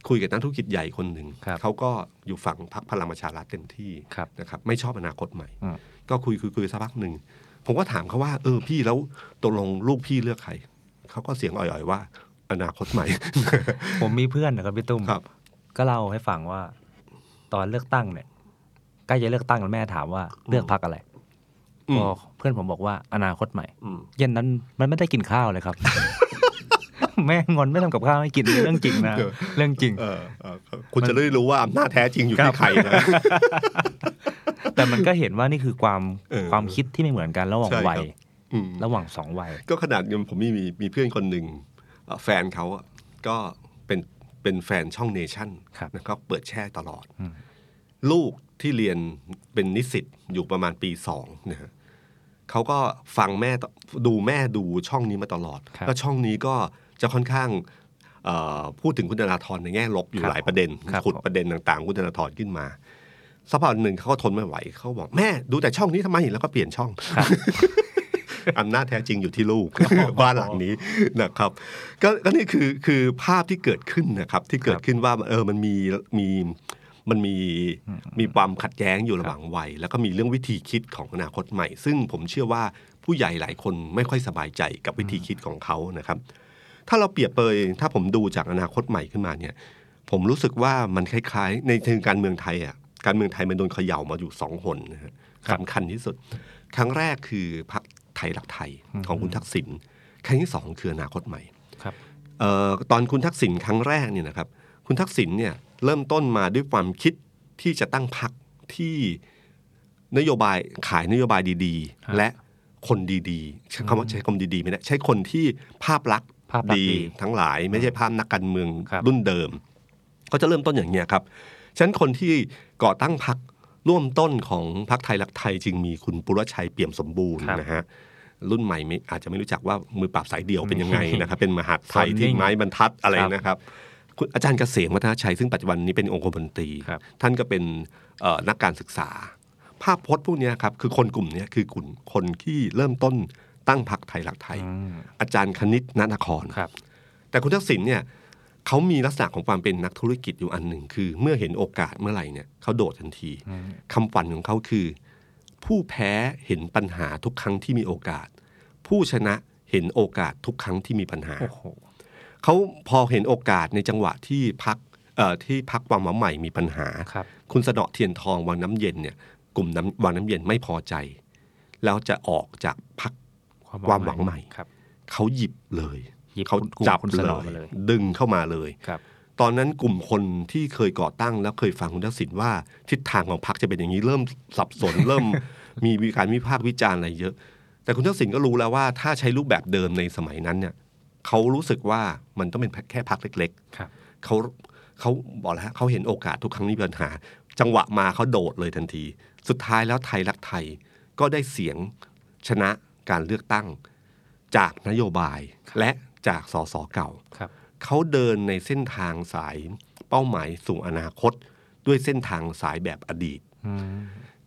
คุยกับนักธุรกิจใหญ่คนหนึ่ง ครับ เขาก็อยู่ฝั่งพรรคพลังประชารัฐเต็มที่ ครับ นะครับไม่ชอบอนาคตใหม่ อืม ก็คุยคุยคุยสักพักหนึ่ง ผมก็ถามเขาว่า เออพี่แล้วตกลงลูกพี่เลือกใครเขาก็เสียงอ่อยๆว่า อนาคตใหม่ ผมมีเพื่อนนะครับพี่ตุ้ม ครับ ก็เล่าให้ฟังว่า ตอนเลือกตั้งเนี่ยใกล้จะเลือกตั้งแล้วแม่ถามว่าเลือกพักอะไร อืม บอกเพื่อนผมบอกว่าอนาคตใหม่ อืม เย็นนั้นมันไม่ได้กินข้าวเลยครับ แม่งอนไม่ทำกับข้าวให้กินเรื่องจริงนะเรื่องจริง เออเออคุณจะได้รู้ว่าอำนาจแท้จริงอยู่ที่ใครนะ แต่มันก็เห็นว่านี่คือความ เออ ความคิดที่ไม่เหมือนกันระหว่าง ใช่ครับ วัย อืม ระหว่างสองวัย ก็ขนาดยังผมมีมีมีเพื่อนคนหนึ่งเอ่อแฟนเขาอะก็เป็นเป็นแฟนช่องเนชั่น ครับ นะก็เปิดแช่ตลอด อืม ลูกที่เรียนเป็นนิสิตอยู่ประมาณปีสองนะฮะเขาก็ฟังแม่ตดูแม่ดูช่องนี้มาตลอด ครับ แล้วช่องนี้ก็จะค่อนข้างเอ่อพูดถึงคุณธนาธรในแง่ลบอยู่หลายประเด็น ครับ ขุดประเด็นต่างๆ คุณธนาธรขึ้นมาสักพักหนึ่งเขาก็ทนไม่ไหวเขาบอกแม่ดูแต่ช่องนี้ทำไมแล้วก็เปลี่ยนช่อง อำนาจแท้จริงอยู่ที่ลูก บ้านหลังนี้นะครับก็ก็นี่คือคือภาพที่เกิดขึ้นนะครับ ที่เกิดขึ้นว่าเออมันมีมีมันมีมีความขัดแย้งอยู่ระหว่างวัย แล้วก็มีเรื่องวิธีคิดของอนาคตใหม่ ซึ่งผมเชื่อว่าผู้ใหญ่หลายคนไม่ค่อยสบายใจกับวิธีคิดของเขานะครับ ถ้าเราเปรียบเปยถ้าผมดูจากอนาคตใหม่ขึ้นมาเนี่ย ผมรู้สึกว่ามันคล้ายๆ ในเชิงการเมืองไทยอ่ะการเมืองไทยมันโดนเขย่ามาอยู่สองหนนะฮะ ครับ สำคัญที่สุด ครั้งแรกคือพรรคไทยรักไทยของคุณทักษิณครั้งที่สองคืออนาคตใหม่ ครับ เอ่อตอนคุณทักษิณครั้งแรกเนี่ยนะครับ คุณทักษิณเนี่ยเริ่มต้นมาด้วยความคิดที่จะตั้งพรรคที่นโยบายขายนโยบายดี ฮะ ๆ และคนดีๆใช้คำว่าใช้คำดีๆไม่ได้ใช้คนที่ภาพลักษณ์ ภาพลักษณ์ดี ทั้งหลายไม่ใช่ภาพนักการเมือง ครับ รุ่นเดิม ก็จะเริ่มต้นอย่างเงี้ยครับ ฉะนั้นคนที่ก่อตั้งพรรคร่วมต้นของพรรคไทยรักไทยจึงมีคุณปุรชัยเปี่ยมสมบูรณ์ ครับ นะฮะรุ่นใหม่ไม่อาจจะไม่รู้จักว่ามือปราบสายเดี่ยวเป็นยังไงนะครับ เป็นมหาดไทย ส่วนนิ่ง ที่ไม้บรรทัดอะไร ครับ นะครับ คุณอาจารย์เกษมวัฒนชัยซึ่งปัจจุบันนี้เป็นองคมนตรี ครับ ท่านก็เป็นเอ่อนักการศึกษา ภาพพจน์พวกเนี้ยครับคือคนกลุ่มเนี้ยคือกลุ่มคนที่เริ่มต้นตั้งพรรคไทยรักไทย อืม อาจารย์คณิตนนคร ครับ แต่คุณทักษิณเนี่ยเขามีลักษณะของความเป็นนักธุรกิจอยู่อันหนึ่ง คือเมื่อเห็นโอกาสเมื่อไหร่เนี่ยเขาโดดทันทีคำฝันของเขาคือ ผู้แพ้เห็นปัญหาทุกครั้งที่มีโอกาส ผู้ชนะเห็นโอกาสทุกครั้งที่มีปัญหา โอ้โห เขาพอเห็นโอกาสในจังหวะที่พักเอ่อที่พักวังหมาใหม่มีปัญหา ครับ คุณสะเดาะเทียนทองวังน้ำเย็นเนี่ยกลุ่มน้ำวังน้ำเย็นไม่พอใจ แล้วจะออกจากพัก ความหวังใหม่ ครับ เขาหยิบเลย หยิบ เขา คุณคุณ จับ คุณสนอมาเลย ดึงเข้ามาเลย ครับ ตอนนั้นกลุ่มคนที่เคยก่อตั้ง แล้วเคยฟังคุณทักษิณว่าทิศทางของพรรคจะเป็นอย่างนี้เริ่มสับสน เริ่มมีการวิพากษ์วิจารณ์อะไรเยอะ แต่คุณทักษิณก็รู้แล้วว่าถ้าใช้รูปแบบเดิมในสมัยนั้นเนี่ยเขารู้สึกว่ามันต้องเป็นแค่พรรคเล็ก ครับ ๆเขาเขาบอกแล้วฮะเขาเห็นโอกาสทุกครั้งนี้ปัญหา จังหวะมาเขาโดดเลยทันที สุดท้ายแล้วไทยรักไทยก็ได้เสียงชนะการเลือกตั้ง จากนโยบายและจากสสเก่า ครับ เขาเดินในเส้นทางสายเป้าหมายสู่อนาคต ด้วยเส้นทางสายแบบอดีต อืม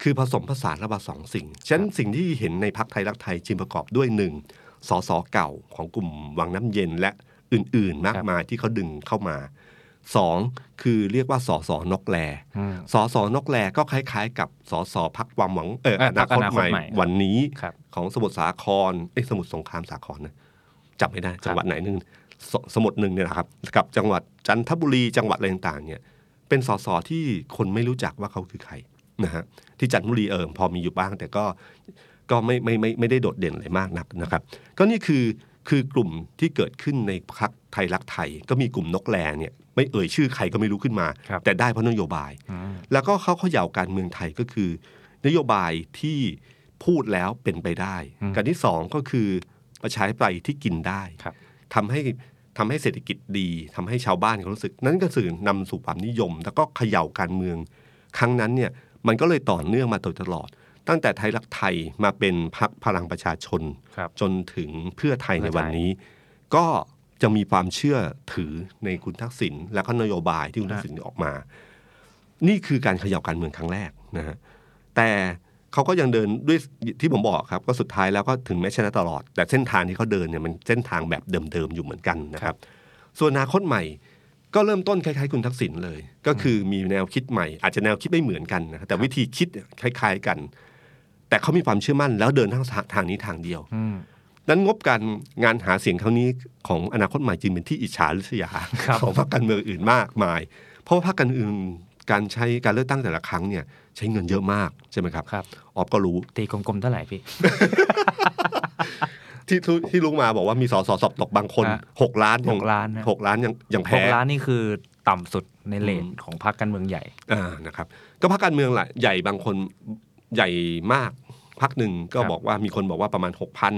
คือผสมผสานระหว่างสองสิ่ง ฉะนั้นสิ่งที่เห็นในพักไทยรักไทยจึงประกอบด้วยหนึ่งสสเก่าของกลุ่มวังน้ำเย็นและอื่นๆ มาก ครับ มายที่เขาดึงเข้ามาสองคือเรียกว่าสสนกแล อืม สสนกแลก็คล้าย ๆ กับสสพักความหวังเออ เอ่อ อนาคต อนาคใหตม่ ใหม่ วันนี้ ครับ ของสมุทรสาครเอ้ยสมุทรสงครามสาครนะจำไม่ได้จังหวัดไหนนึงสสมุทรหนึ่งเนี่ยนะครับกับจังหวัดจันทบุรีจังหวัดอะไรต่างๆเนี่ย เป็นสสที่คนไม่รู้จักว่าเขาคือใครนะฮะที่จันทบุรีเอิมพอมีอยู่บ้าง แต่ก็ก็ไม่ไม่ไม่ไม่ได้โดดเด่นอะไรมากนักนะครับ ก็นี่คือคือกลุ่มที่เกิดขึ้นในพักไทยรักไทย ก็มีกลุ่มนกแลเนี่ยไม่เอ่ยชื่อใครก็ไม่รู้ขึ้นมา ครับ แต่ได้เพราะนโยบาย อืม แล้วก็เขาเขย่าการเมืองไทยก็คือ นโยบายที่พูดแล้วเป็นไปได้ อืม การที่สองก็คือประชาธิปไตยที่กินได้ ครับ ทำให้ทำให้เศรษฐกิจดีทำให้ชาวบ้านเขารู้สึก นั่นก็สื่อนำสู่ความนิยม แล้วก็เขย่าการเมือง ครั้งนั้นเนี่ยมันก็เลยต่อเนื่องมาโดยตลอด ตั้งแต่ไทยรักไทยมาเป็นพรรคพลังประชาชน ครับ จนถึงเพื่อไทย เพื่ ใน อไทย วันนี้ ก็จะมีความเชื่อถือในคุณทักษิณและก็นโยบายที่คุณทักษิณออกมา นี่คือการเขย่าการเมืองครั้งแรกนะฮะแต่เขาก็ยังเดินด้วยที่ผมบอกครับ ก็สุดท้ายแล้วก็ถึงแม้ชนะตลอด แต่เส้นทางที่เขาเดินเนี่ยมันเส้นทางแบบเดิมๆอยู่เหมือนกันนะครับ ส่วนอนาคตใหม่ ก็เริ่มต้นคล้ายๆคุณทักษิณเลย ก็คือมีแนวคิดใหม่ อาจจะแนวคิดไม่เหมือนกันนะแต่วิธีคิดเนี่ยคล้าย ๆกัน แต่เขามีความเชื่อมั่นแล้วเดินทางทางนี้ทางเดียว อืม นั้นงบการงานหาเสียงครั้งนี้ของอนาคตใหม่จึงเป็นที่อิจฉาลิษยาของพรรคการเมืองอื่นมากมาย เพราะว่าพรรคการอื่นการใช้การเลือกตั้งแต่ละครั้งเนี่ยใช้เงินเยอะมากใช่ไหมครับ ครับ ออฟก็รู้ ตีกลมๆเท่าไหร่พี่ ที่ที่ที่ลุงมาบอกว่ามีสอสอสอบตกบางคน ฮะ หกล้านยั หกล้านนะ หกล้านยังยัง ห แพ้ กล้านนี่คือต่ำสุดในเลนของพรรคการเมืองใหญ่ อ่านะครับก็พรรคการเมืองหลายใหญ่บางคนใหญ่มากพรรคหนึ่งก็ ครับ บอกว่ามีคนบอกว่าประมาณหกพัน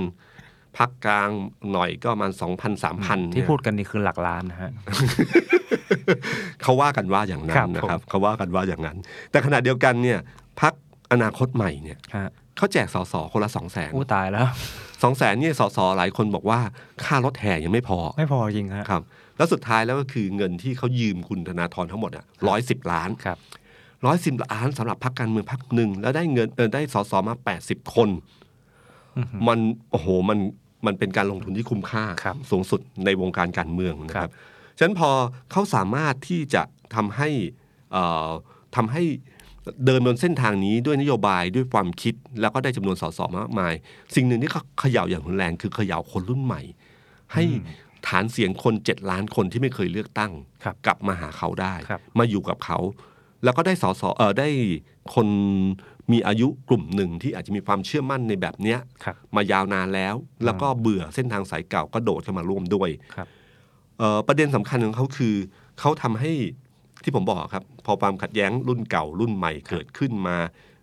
พรรคกลางหน่อยก็ประมาณสองพันสามพัน ที่พูดกันนี่คือหลักล้านนะฮะ เขาว่ากันว่าอย่างนั้ ครั น บ นะครับเขาว่ากันว่าอย่างนั้น แต่ขณะเดียวกันเนี่ยพักอนาคตใหม่เนี่ย ฮะ เขาแจกสสคนละสองแสน อู้ตายแล้ว สองแสนเนี่ยสสหลายคนบอกว่าค่ารถแห่ยังไม่พอ ไม่พอจริงฮะ ครับ แล้วสุดท้ายแล้วก็คือเงินที่เขายืมคุณธนาธรทั้งหมดอ่ะร้อยสิบล้าน ครับ ร้อยสิบล้านสำหรับพักการเมืองพักหนึ่งแล้วได้เงินเออได้สสมาแปดสิบคน อื้อหือ มันโอ้โหมันมันเป็นการลงทุนที่คุ้มค่า ครับ สูงสุดในวงการการเมืองนะค ครั รับ บ ฉะนั้นพอเขาสามารถที่จะทำให้เอ่อทำให้เดินบนเส้นทางนี้ด้วยนโยบายด้วยความคิดแล้วก็ได้จำนวนสสมากมาย สิ่งหนึ่งที่เขาเขย่าอย่างรุนแรงคือเขย่าคนรุ่นใหม่ ให้ฐานเสียงคน 7 ล้านคนที่ไม่เคยเลือกตั้ง ครับ กลับมาหาเขาได้ ครับ มาอยู่กับเขา แล้วก็ได้สสเออได้คนมีอายุกลุ่มหนึ่งที่อาจจะมีความเชื่อมั่นในแบบเนี้ย ครับ มายาวนานแล้ว แล้วก็เบื่อเส้นทางสายเก่าก็โดดเข้ามาร่วมด้วย ครับ เอ่อประเด็นสำคัญของเขาคือเขาทำให้ที่ผมบอกครับ พอความขัดแย้งรุ่นเก่ารุ่นใหม่เกิดขึ้นมา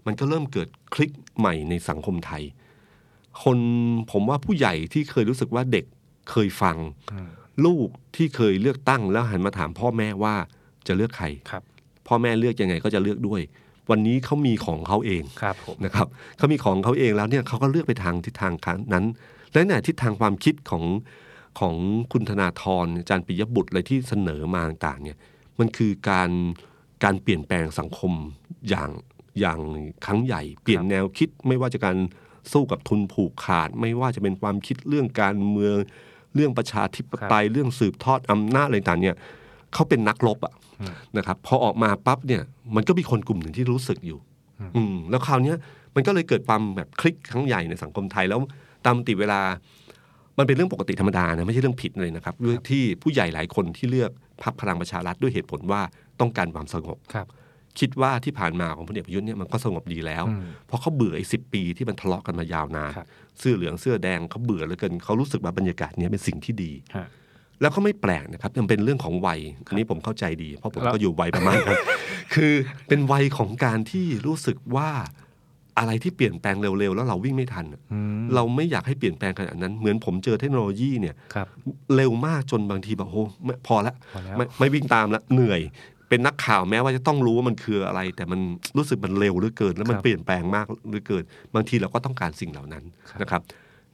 มันก็เริ่มเกิดคลิกใหม่ในสังคมไทย คนผมว่าผู้ใหญ่ที่เคยรู้สึกว่าเด็กเคยฟัง อืม ลูกที่เคยเลือกตั้งแล้วหันมาถามพ่อแม่ว่าจะเลือกใคร ครับ พ่อแม่เลือกยังไงก็จะเลือกด้วย วันนี้เขามีของเขาเอง ครับผม นะครับเขามีของเขาเองแล้วเนี่ยเขาก็เลือกไปทางทิศทางนั้น และในทิศทางความคิดของของคุณธนาธรอาจารย์ปิยบุตรอะไรที่เสนอมาต่างๆเนี่ยมันคือการการเปลี่ยนแปลงสังคมอย่างอย่างครั้งใหญ่ เปลี่ยนแนวคิดไม่ว่าจะการสู้กับทุนผูกขาด ไม่ว่าจะเป็นความคิดเรื่องการเมืองเรื่องประชาธิปไตยเรื่องสืบทอดอำนาจอะไรต่างๆเนี่ยเขาเป็นนักรบอะนะครับพอออกมาปั๊บเนี่ยมันก็มีคนกลุ่มหนึ่งที่รู้สึกอยู่ อืมแล้วคราวเนี้ยมันก็เลยเกิดความแบบคลิกครั้งใหญ่ในสังคมไทยแล้วตามปกติเวลา มันเป็นเรื่องปกติธรรมดานะไม่ใช่เรื่องผิดเลยนะครับด้วยที่ผู้ใหญ่หลายคนที่เลือกพรรคพลังประชารัฐด้วยเหตุผลว่าต้องการความสงบ ครับ คิดว่าที่ผ่านมาของพลเอกประยุทธ์เนี่ยมันก็สงบดีแล้ว อืม เพราะเขาเบื่อไอ้สิปีที่มันทะเลาะกันมายาวนาน ครับ เสื้อเหลืองเสื้อแดงเขาเบื่อเหลือเกินเขารู้สึกว่าบรรยากาศเนี้ยเป็นสิ่งที่ดี ฮะ แล้วก็ไม่แปลกนะครับมันเป็นเรื่องของวัยอันนี้ผมเข้าใจดี เพราะผม แล้ว ก็อยู่วัยประมาณนั้น คือเป็นวัยของการที่รู้สึกว่าอะไรที่เปลี่ยนแปลงเร็วๆ แล้วเราวิ่งไม่ทันอะ อืม เราไม่อยากให้เปลี่ยนแปลงขนาดนั้น เหมือนผมเจอเทคโนโลยีเนี่ย ครับ เร็วมากจนบางทีแบบโอ้ไม่พอละ พอแล้ว ไม่ไม่วิ่งตามละเหนื่อย เป็นนักข่าวแม้ว่าจะต้องรู้ว่ามันคืออะไร แต่มันรู้สึกมันเร็วเหลือเกิน แล้วมัน ครับ เปลี่ยนแปลงมากเหลือเกิน บางทีเราก็ต้องการสิ่งเหล่านั้น ครับ นะครับ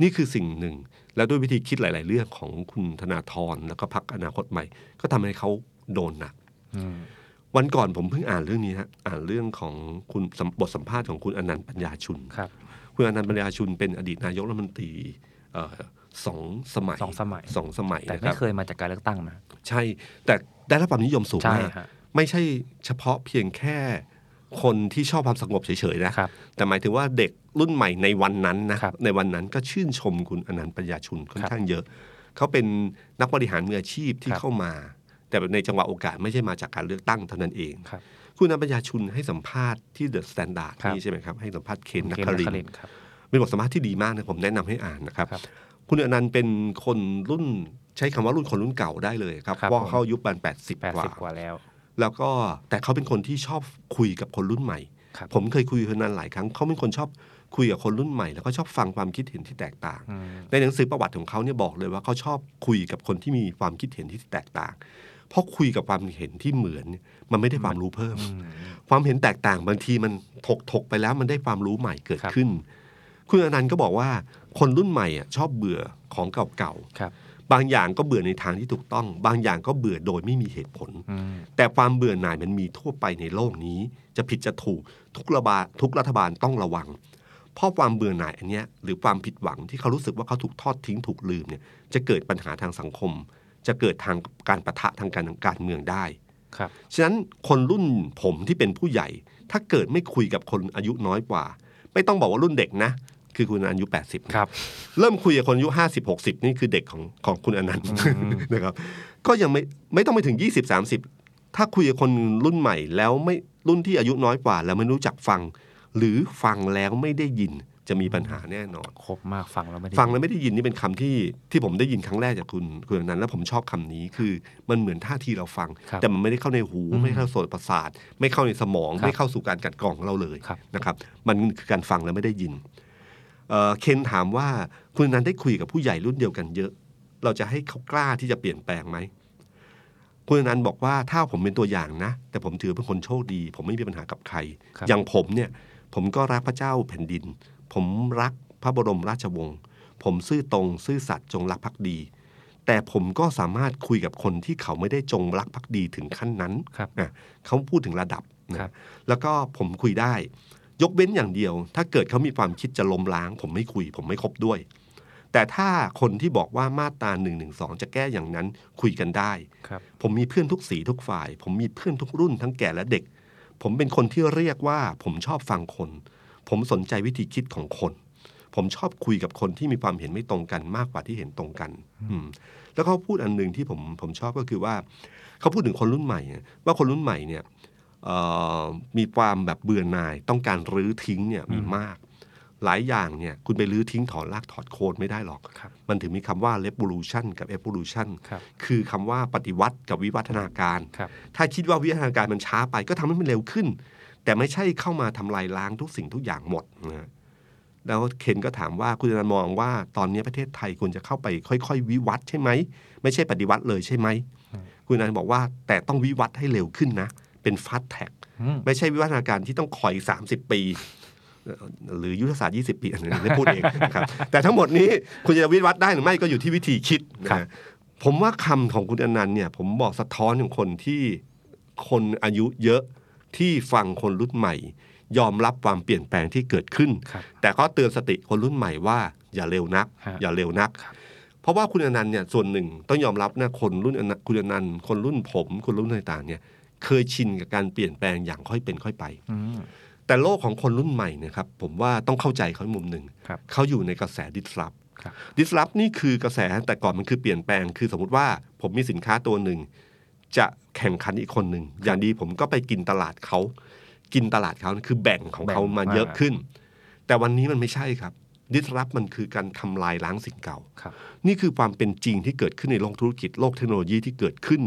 นี่คือสิ่งหนึ่ง แล้วด้วยวิธีคิดหลาย ๆ เรื่องของคุณธนาธรแล้วก็พักอนาคตใหม่ ก็ทำให้เขาโดนหนัก อืม วันก่อนผมเพิ่งอ่านเรื่องนี้ฮะอ่านเรื่องของคุณสัมบทสัมภาษณ์ของคุณอนันต์ปัญญาชุน ครับ คุณอนันต์ปัญญาชุนเป็นอดีตนายกรัฐมนตรีเอ่อสองสมัย สองสมัย สองสมัย แต่ นะค ไม่ รับ เคยมาจากการเลือกตั้งนะ ใช่ แต่ได้รับความนิยมสูง ใช่ มาก ฮะ ไม่ใช่เฉพาะเพียงแค่คนที่ชอบความสงบเฉย ๆ นะ ครับ แต่หมายถึงว่าเด็กรุ่นใหม่ในวันนั้นนะครับ ในวันนั้นก็ชื่นชมคุณอนันต์ปัญญาชุนค่อน ครับ ข้างเยอะ เขาเป็นนักบริหารมืออาชีพที่ ครับ เข้ามา แต่ในจังหวะโอกาสไม่ใช่มาจากการเลือกตั้งเท่านั้นเอง ครับ คุณอนันต์ปัญญาชุนให้สัมภาษณ์ที่เดอะสแตนดาร์ด ครับ นี่ใช่ไหมครับให้สัมภาษณ์เคนนัก เคน คารินนัก ท ลิ ร์ นครับ เป็นบทสัมภาษณ์ที่ดีมากนะผมแนะนำให้อ่านนะครับ ครับ คุณอนันต์เป็นคนรุ่นใช้คำว่ารุ่นคนรุ่นเก่าได้เลยครับ ครับ เพราะ ผม เขาอายุประมาณแปดสิบ แปด กว่า สิบกว่าแล้ว แล้วก็แต่เขาเป็นคนที่ชอบคุยกับคนรุ่นใหม่ ครับ ผมเคยคุยกับคนนั้นหลายครั้งเขาเป็นคนชอบคุยกับคนรุ่นใหม่ แล้วก็ชอบฟังความคิดเห็นที่แตกต่าง อืม ในหนังสือประวัติของเขาเนี่ยบอกเลยว่าเขาชอบคุยกับคนที่มีความคิดเห็นที่แตกต่าง เพราะคุยกับความเห็นที่เหมือนเนี่ยมันไม่ได้ความรู้เพิ่ม ความเห็นแตกต่างบางทีมันถกถกไปแล้วมันได้ความรู้ใหม่เกิด ครับ ขึ้น คุณอนันต์ก็บอกว่าคนรุ่นใหม่อ่ะชอบเบื่อของเก่า ครับ ๆบางอย่างก็เบื่อในทางที่ถูกต้อง บางอย่างก็เบื่อโดยไม่มีเหตุผล อืม แต่ความเบื่อหน่ายมันมีทั่วไปในโลกนี้ จะผิดจะถูกทุกระบาทุกรัฐบาลต้องระวัง เพราะความเบื่อหน่ายอันเนี้ยหรือความผิดหวังที่เขารู้สึกว่าเขาถูกทอดทิ้งถูกลืมเนี่ยจะเกิดปัญหาทางสังคม จะเกิดทางการประทะทางการการเมืองได้ ครับ ฉะนั้นคนรุ่นผมที่เป็นผู้ใหญ่ ถ้าเกิดไม่คุยกับคนอายุน้อยกว่า ไม่ต้องบอกว่ารุ่นเด็กนะ คือคุณอายุ 80 ครับ เริ่มคุยกับคนอายุ 50 60 นี่คือเด็กของของคุณอนันต์ อืม นะครับก็ยังไม่ไม่ต้องไปถึง 20 30 ถ้าคุยกับคนรุ่นใหม่แล้วไม่รุ่นที่อายุน้อยกว่า แล้วไม่รู้จักฟัง หรือฟังแล้วไม่ได้ยินจะมีปัญหาแน่นอน ครบมากฟังแล้วไม่ได้ ฟังแล้วไม่ได้ยินนี่เป็นคำที่ที่ผมได้ยินครั้งแรกจากคุณคุณอนันต์แล้วผมชอบคำนี้คือมันเหมือนท่าทีเราฟัง ครับ แต่มันไม่ได้เข้าในหู อืม ไม่เข้าโสตประสาท ไม่เข้าในสมอง ครับ ไม่เข้าสู่การกัดกร่องของเราเลย ครับ นะครับ มันคือการฟังแล้วไม่ได้ยินเอ่อเคนถามว่าคุณอนั้นต์ได้คุยกับผู้ใหญ่รุ่นเดียวกันเยอะ เราจะให้เขากล้าที่จะเปลี่ยนแปลงไหมคุณอนั้นต์บอกว่าถ้าผมเป็นตัวอย่างนะ แต่ผมถือเป็นคนโชคดี ผมไม่มีปัญหากับใคร ครับ อย่างผมเนี่ย ผมก็รักพระเจ้าแผ่นดิน ผมรักพระบรมราชวงศ์ผมซื่อตรงซื่อสัตย์จงรักภักดี แต่ผมก็สามารถคุยกับคนที่เขาไม่ได้จงรักภักดีถึงขั้นนั้น ครับ นะเขาพูดถึงระดับนะครับ แล้วก็ผมคุยได้ ยกเว้นอย่างเดียว ถ้าเกิดเขามีความคิดจะล้มล้าง ผมไม่คุย ผมไม่คบด้วย แต่ถ้าคนที่บอกว่ามาตราหนึ่งหนึ่งสองจะแก้อย่างนั้นคุยกันได้ ครับ ผมมีเพื่อนทุกสีทุกฝ่าย ผมมีเพื่อนทุกรุ่นทั้งแก่และเด็ก ผมเป็นคนที่เรียกว่า ผมชอบฟังคน ผมสนใจวิธีคิดของคน ผมชอบคุยกับคนที่มีความเห็นไม่ตรงกันมากกว่าที่เห็นตรงกัน อืมแล้วเขาพูดอันหนึ่งที่ผมผมชอบก็คือว่า เขาพูดถึงคนรุ่นใหม่เนี่ยว่าคนรุ่นใหม่เนี่ยเอ่อมีความแบบเบื่อหน่ายต้องการรื้อทิ้งเนี่ยมีมาก หลายอย่างเนี่ยคุณไปรื้อทิ้งถอนรากถอดโคนไม่ได้หรอก ครับ มันถึงมีคำว่า revolution กับ evolution ครับ คือคำว่าปฏิวัติกับวิวัฒนาการ ครับ ถ้าคิดว่าวิวัฒนาการมันช้าไปก็ทำให้มันเร็วขึ้น แต่ไม่ใช่เข้ามาทำลายล้างทุกสิ่งทุกอย่างหมดนะฮะแล้วเคนก็ถามว่าคุณอนันต์มองว่าตอนนี้ประเทศไทยควรจะเข้าไปค่อย ๆ วิวัฒน์ใช่ไหม ไม่ใช่ปฏิวัติเลยใช่ไหม อืม คุณอนันต์บอกว่าแต่ต้องวิวัฒน์ให้เร็วขึ้นนะ เป็นฟาสต์แท็ก อืม ไม่ใช่วิวัฒนาการที่ต้องคอย30 ปีเอ่อหรือยุทธศาสตร์ 20 ปีอันนี้ได้พูดเองนะครับ แต่ทั้งหมดนี้คุณจะวิวัฒน์ได้หรือไม่ก็อยู่ที่วิธีคิดนะ ครั ฮะ บ ผมว่าคำของคุณอนันต์เนี่ย ผมบอกสะท้อนของคนที่คนอายุเยอะที่ฟังคนรุ่นใหม่ ยอมรับความเปลี่ยนแปลงที่เกิดขึ้น ครับ แต่ก็เตือนสติคนรุ่นใหม่ว่าอย่าเร็วนัก ฮะ อย่าเร็วนัก ครับ เพราะว่าคุณอนันต์เนี่ยส่วนหนึ่งต้องยอมรับนะคนรุ่นอนันต์คุณอนันต์คนรุ่นผมคนรุ่นต่างๆเนี่ยเคยชินกับการเปลี่ยนแปลงอย่างค่อยเป็นค่อยไป อืม แต่โลกของคนรุ่นใหม่เนะครับผมว่าต้องเข้าใจเขาในมุมหนึ่ง ครับ เขาอยู่ในกระแสดิสลอฟ ครับ ดิสลอฟนี่คือกระแสแต่ก่อนมันคือเปลี่ยนแปลง คือสมมติว่าผมมีสินค้าตัวหนึ่ง จะแข่งขันอีกคนหนึ่งอย่างดีผมก็ไปกินตลาดเขา กินตลาดเขาคือแบ่งของเขามาเยอะขึ้น แต่วันนี้มันไม่ใช่ครับดิสลอฟมันคือการทำลายล้างสิ่งเก่า ครับ นี่คือความเป็นจริงที่เกิดขึ้นในโลกธุรกิจโลกเทคโนโลยีที่เกิดขึ้น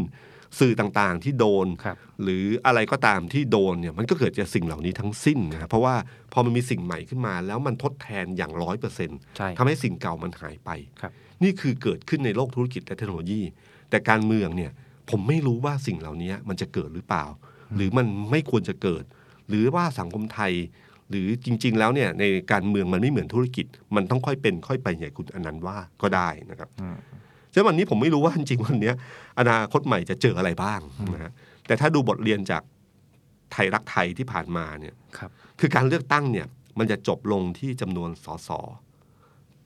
สื่อต่างๆที่โดน ครับ หรืออะไรก็ตามที่โดนเนี่ยมันก็เกิดจากสิ่งเหล่านี้ทั้งสิ้นนะครับเพราะว่าพอมันมีสิ่งใหม่ขึ้นมา แล้วมันทดแทนอย่างร้อยเปอร์เซ็นต์ ใช่ ทำให้สิ่งเก่ามันหายไป ครับ นี่คือเกิดขึ้นในโลกธุรกิจและเทคโนโลยี แต่การเมืองเนี่ยผมไม่รู้ว่าสิ่งเหล่านี้มันจะเกิดหรือเปล่า หรือมันไม่ควรจะเกิด หรือว่าสังคมไทย หรือจริง ๆ แล้วเนี่ยในการเมืองมันไม่เหมือนธุรกิจ มันต้องค่อยเป็นค่อยไปอย่างคุณอนันต์ว่าก็ได้นะครับ อืม ฉะนั้นวันนี้ผมไม่รู้ว่าจริงๆวันเนี้ยอนาคตใหม่จะเจออะไรบ้างนะฮะแต่ถ้าดูบทเรียนจากไทยรักไทยที่ผ่านมาเนี่ย ครับ คือการเลือกตั้งเนี่ยมันจะจบลงที่จำนวนสส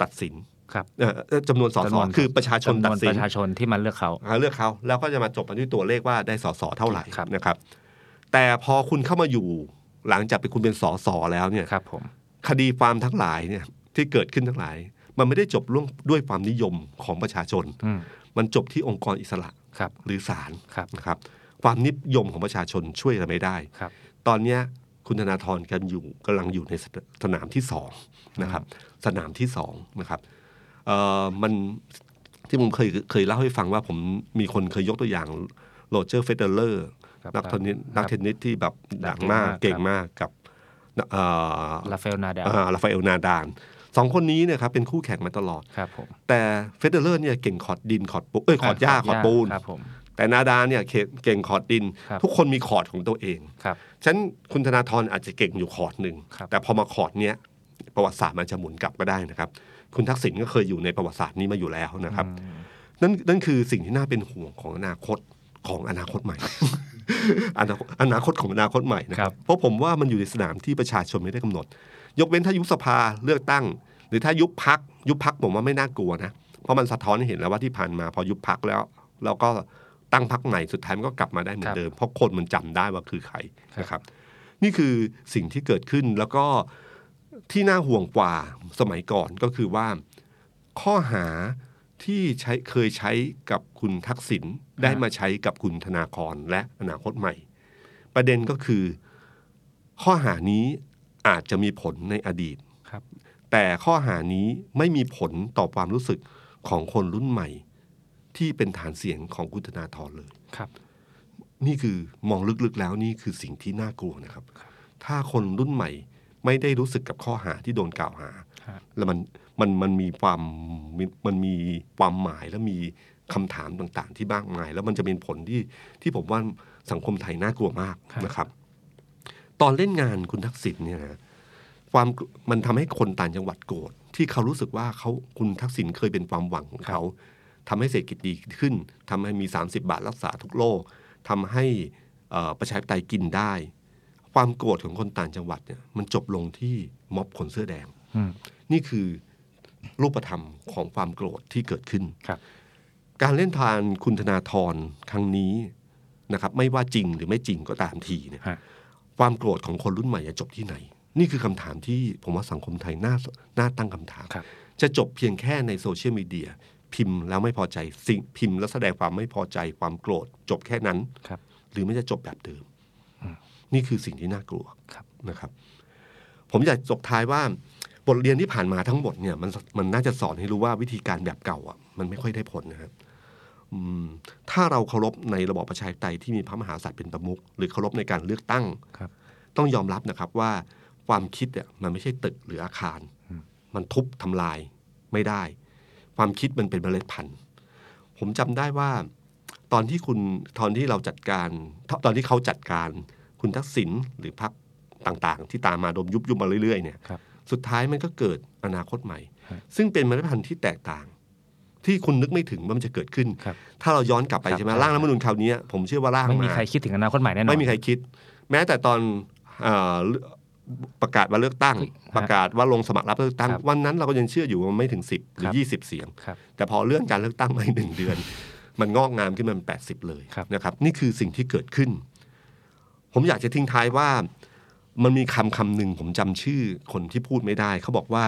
ตัดสิน ครับ เอ่อเอ่อจำนวนสส จำนวน คือประชาชนตัจำนว ด น สิ ป น ระชาชนที่มาเลือกเขา อ่าเลือกเขาแล้วก็จะมาจบกันที่ตัวเลขว่าได้สสเท่าไหร่ ครับ นะครับ แต่พอคุณเข้ามาอยู่หลังจากไปนคุณเป็นสสแล้วเนี่ย ครับผม คดีความทั้งหลายเนี่ยที่เกิดขึ้นทั้งหลาย มันไม่ได้จบล่วงด้วยความนิยมของประชาชน อืม มันจบที่องค์กรอิสระ ครับ หรือศาล ครับ นะครับ ความนิยมของประชาชนช่วยอะไรไม่ได้ ครับ ตอนเนี้ยคุณธนาธรกันอยู่กำลังอยู่ในสนสนามที่สองนะครับ สนามที่สองนะครับเอ่อมันที่ผมเคยเคยเล่าให้ฟังว่าผมมีคนเคยยกตัวอย่างโรเจอร์เฟเดอเลอร์ ครับ นักเทนนิส ครับ นักเทนนิสที่แบบดังมาก เก่ เก่ งมามงาก กกับเอ่อ ลาเฟลนาดา เอ่อลาฟาเอลนาดานสองคนนี้เนะครับเป็นคู่แข่งมาตลอด ครับผม แต่เฟเดอเลอร์เนี่ยเก่งขอดดินขอดปูนเอ้ยขอดหญ้าขอดปูน ครับผม แต่นาดาเนี่ยเก่งเก่งขอดดิน ครับ ทุกคนมีขอดของตัวเอง ครับ ฉะนันคุณธนาธรอาจจะเก่งอยู่คอร์ดหนึ่ง ครับ แต่พอมาคอร์ดเนี้ยประวัติศาสตร์มันจะหมุนกลับก็ได้นะครับ คุณทักษิณก็เคยอยู่ในประวัติศาสตร์นี้มาอยู่แล้วนะครับ อืม นั่นนั่นคือสิ่งที่น่าเป็นห่วงของอนาคตของอนาคตใหม่ อนาคตอนาคตของอนาคตใหม่นะค ครั รับ บ เพราะผมว่ามันอยู่ในสนามที่ประชาชนไม่ได้กำหนด ยกเว้นถ้ายุบสภาเลือกตั้ง หรือถ้ายุบพักยุบพักผมว่าไม่น่ากลัวนะ เพราะมันสะท้อนให้เห็นแล้วว่าที่ผ่านมาพอยุบพักแล้ว แล้วก็ตั้งพักใหม่สุดท้ายมันก็กลับมาได้เหมือ ครั น บ เดิม เพราะคนมันจำได้ว่าคือใคร ครับ นะครับ นี่คือสิ่งที่เกิดขึ้นแล้วก็ที่น่าห่วงกว่าสมัยก่อนก็คือว่า ข้อหาที่ใช้เคยใช้กับคุณทักษิณได้มาใช้กับคุณธนาครและอนาคตใหม่ ประเด็นก็คือ ข้อหานี้อาจจะมีผลในอดีต ครับ แต่ข้อหานี้ไม่มีผลต่อความรู้สึกของคนรุ่นใหม่ ที่เป็นฐานเสียงของคุณธนาธรเลย ครับ นี่คือมองลึกๆแล้วนี่คือสิ่งที่น่ากลัวนะครับ ครับ ถ้าคนรุ่นใหม่ไม่ได้รู้สึกกับข้อหาที่โดนกล่าวหา ฮะ แล้วมันมันมันมีความมมันมีความหมายและมีคำถามต่างๆ ที่มากมาย แล้วมันจะเป็นผลที่ที่ผมว่าสังคมไทยน่ากลัวมาก ครับ นะครับ ตอนเล่นงานคุณทักษิณเนี่ยนะความมันทำให้คนต่างจังหวัดโกรธที่เขารู้สึกว่าเขาคุณทักษิณเคยเป็นความหวังของเขาทำให้เศรษฐกิจดีขึ้นทำให้มี 30 บาทรักษาทุกโรคทำให้เอ่อประชาธิปไตยกินได้ ความโกรธของคนต่างจังหวัดเนี่ยมันจบลงที่ม็อบคนเสื้อแดง อืม นี่คือรูปธรรมของความโกรธที่เกิดขึ้น ครับ การเล่นทานคุณธนาธรครั้งนี้นะครับ ไม่ว่าจริงหรือไม่จริงก็ตามทีเนี่ย ฮะ ความโกรธของคนรุ่นใหม่จะจบที่ไหน นี่คือคำถามที่ผมว่าสังคมไทยน่าน่าตั้งคำถาม ครับ จะจบเพียงแค่ในโซเชียลมีเดียพิมพ์แล้วไม่พอใจสิ่งพิมพ์แล้วแสดงความไม่พอใจความโกรธ จบแค่นั้น ครับ หรือไม่จะจบแบบเดิม อืม นี่คือสิ่งที่น่ากลัว ครับ นะครับ ผมอยากจบท้ายว่า บทเรียนที่ผ่านมาทั้งหมดเนี่ยมันมันน่าจะสอนให้รู้ว่าวิธีการแบบเก่าอ่ะมันไม่ค่อยได้ผลนะครับอืมถ้าเราเคารพในระบอบประชาธิปไตยที่มีพระมหากษัตริย์เป็นประมุขหรือเคารพในการเลือกตั้ง ครับ ต้องยอมรับนะครับว่าความคิดเนี่ยมันไม่ใช่ตึกหรืออาคาร อืม มันทุบทำลายไม่ได้ ความคิดมันเป็นเมล็ดพันธุ์ ผมจำได้ว่า ตอนที่คุณตอนที่เราจัดการ ตอนที่เขาจัดการคุณทักษิณหรือพรรคต่างๆ ที่ตามมาดมยุบยุบมาเรื่อยๆเนี่ย ครับ สุดท้ายมันก็เกิดอนาคตใหม่ ฮะ ซึ่งเป็นเมล็ดพันธุ์ที่แตกต่าง ที่คุณนึกไม่ถึงว่ามันจะเกิดขึ้น ครับ ถ้าเราย้อนกลับไป ครับ ใช่ไหม ครับ ร่างรัฐธรรมนูญคราวนี้ผมเชื่อว่าร่าง ไม่มี า ใครคิดถึงอนาคตใหม่แน่นอน ไม่มีใครคิด แม้แต่ตอนเอ่อเลือกประกาศว่าเลือกตั้ง ฮะ ประกาศว่าลงสมัครรับเลือกตั้ง ครับ วันนั้นเราก็ยังเชื่ออยู่ว่ามันไม่ถึง 10 หรือครับ 20 เสียง ครับ แต่พอเลื่อนการเลื อกตั้งไปหนึ่งเดือน มันงอกงามขึ้นมาเป็นแปดสิบเลย ครับ นะครับ นี่คือสิ่งที่เกิดขึ้น ผมอยากจะทิ้งท้ายว่ามันมีคำคำหนึ่งผมจำชื่อคนที่พูดไม่ได้ เขาบอกว่า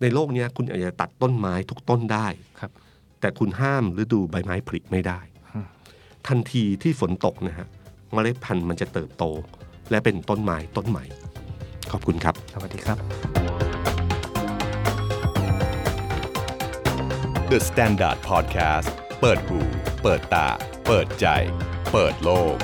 ในโลกเนี้ยคุณอาจจะตัดต้นไม้ทุกต้นได้ ครับ แต่คุณห้ามฤดูใบไม้ผลิไม่ได้ ทันทีที่ฝนตกนะฮะเมล็ดพันธุ์มันจะเติบโต และเป็นต้นไม้ต้นใหม่ ขอบคุณครับ สวัสดีครับ The Standard Podcast เปิดหูเปิดตา เปิดใจ เปิดโลก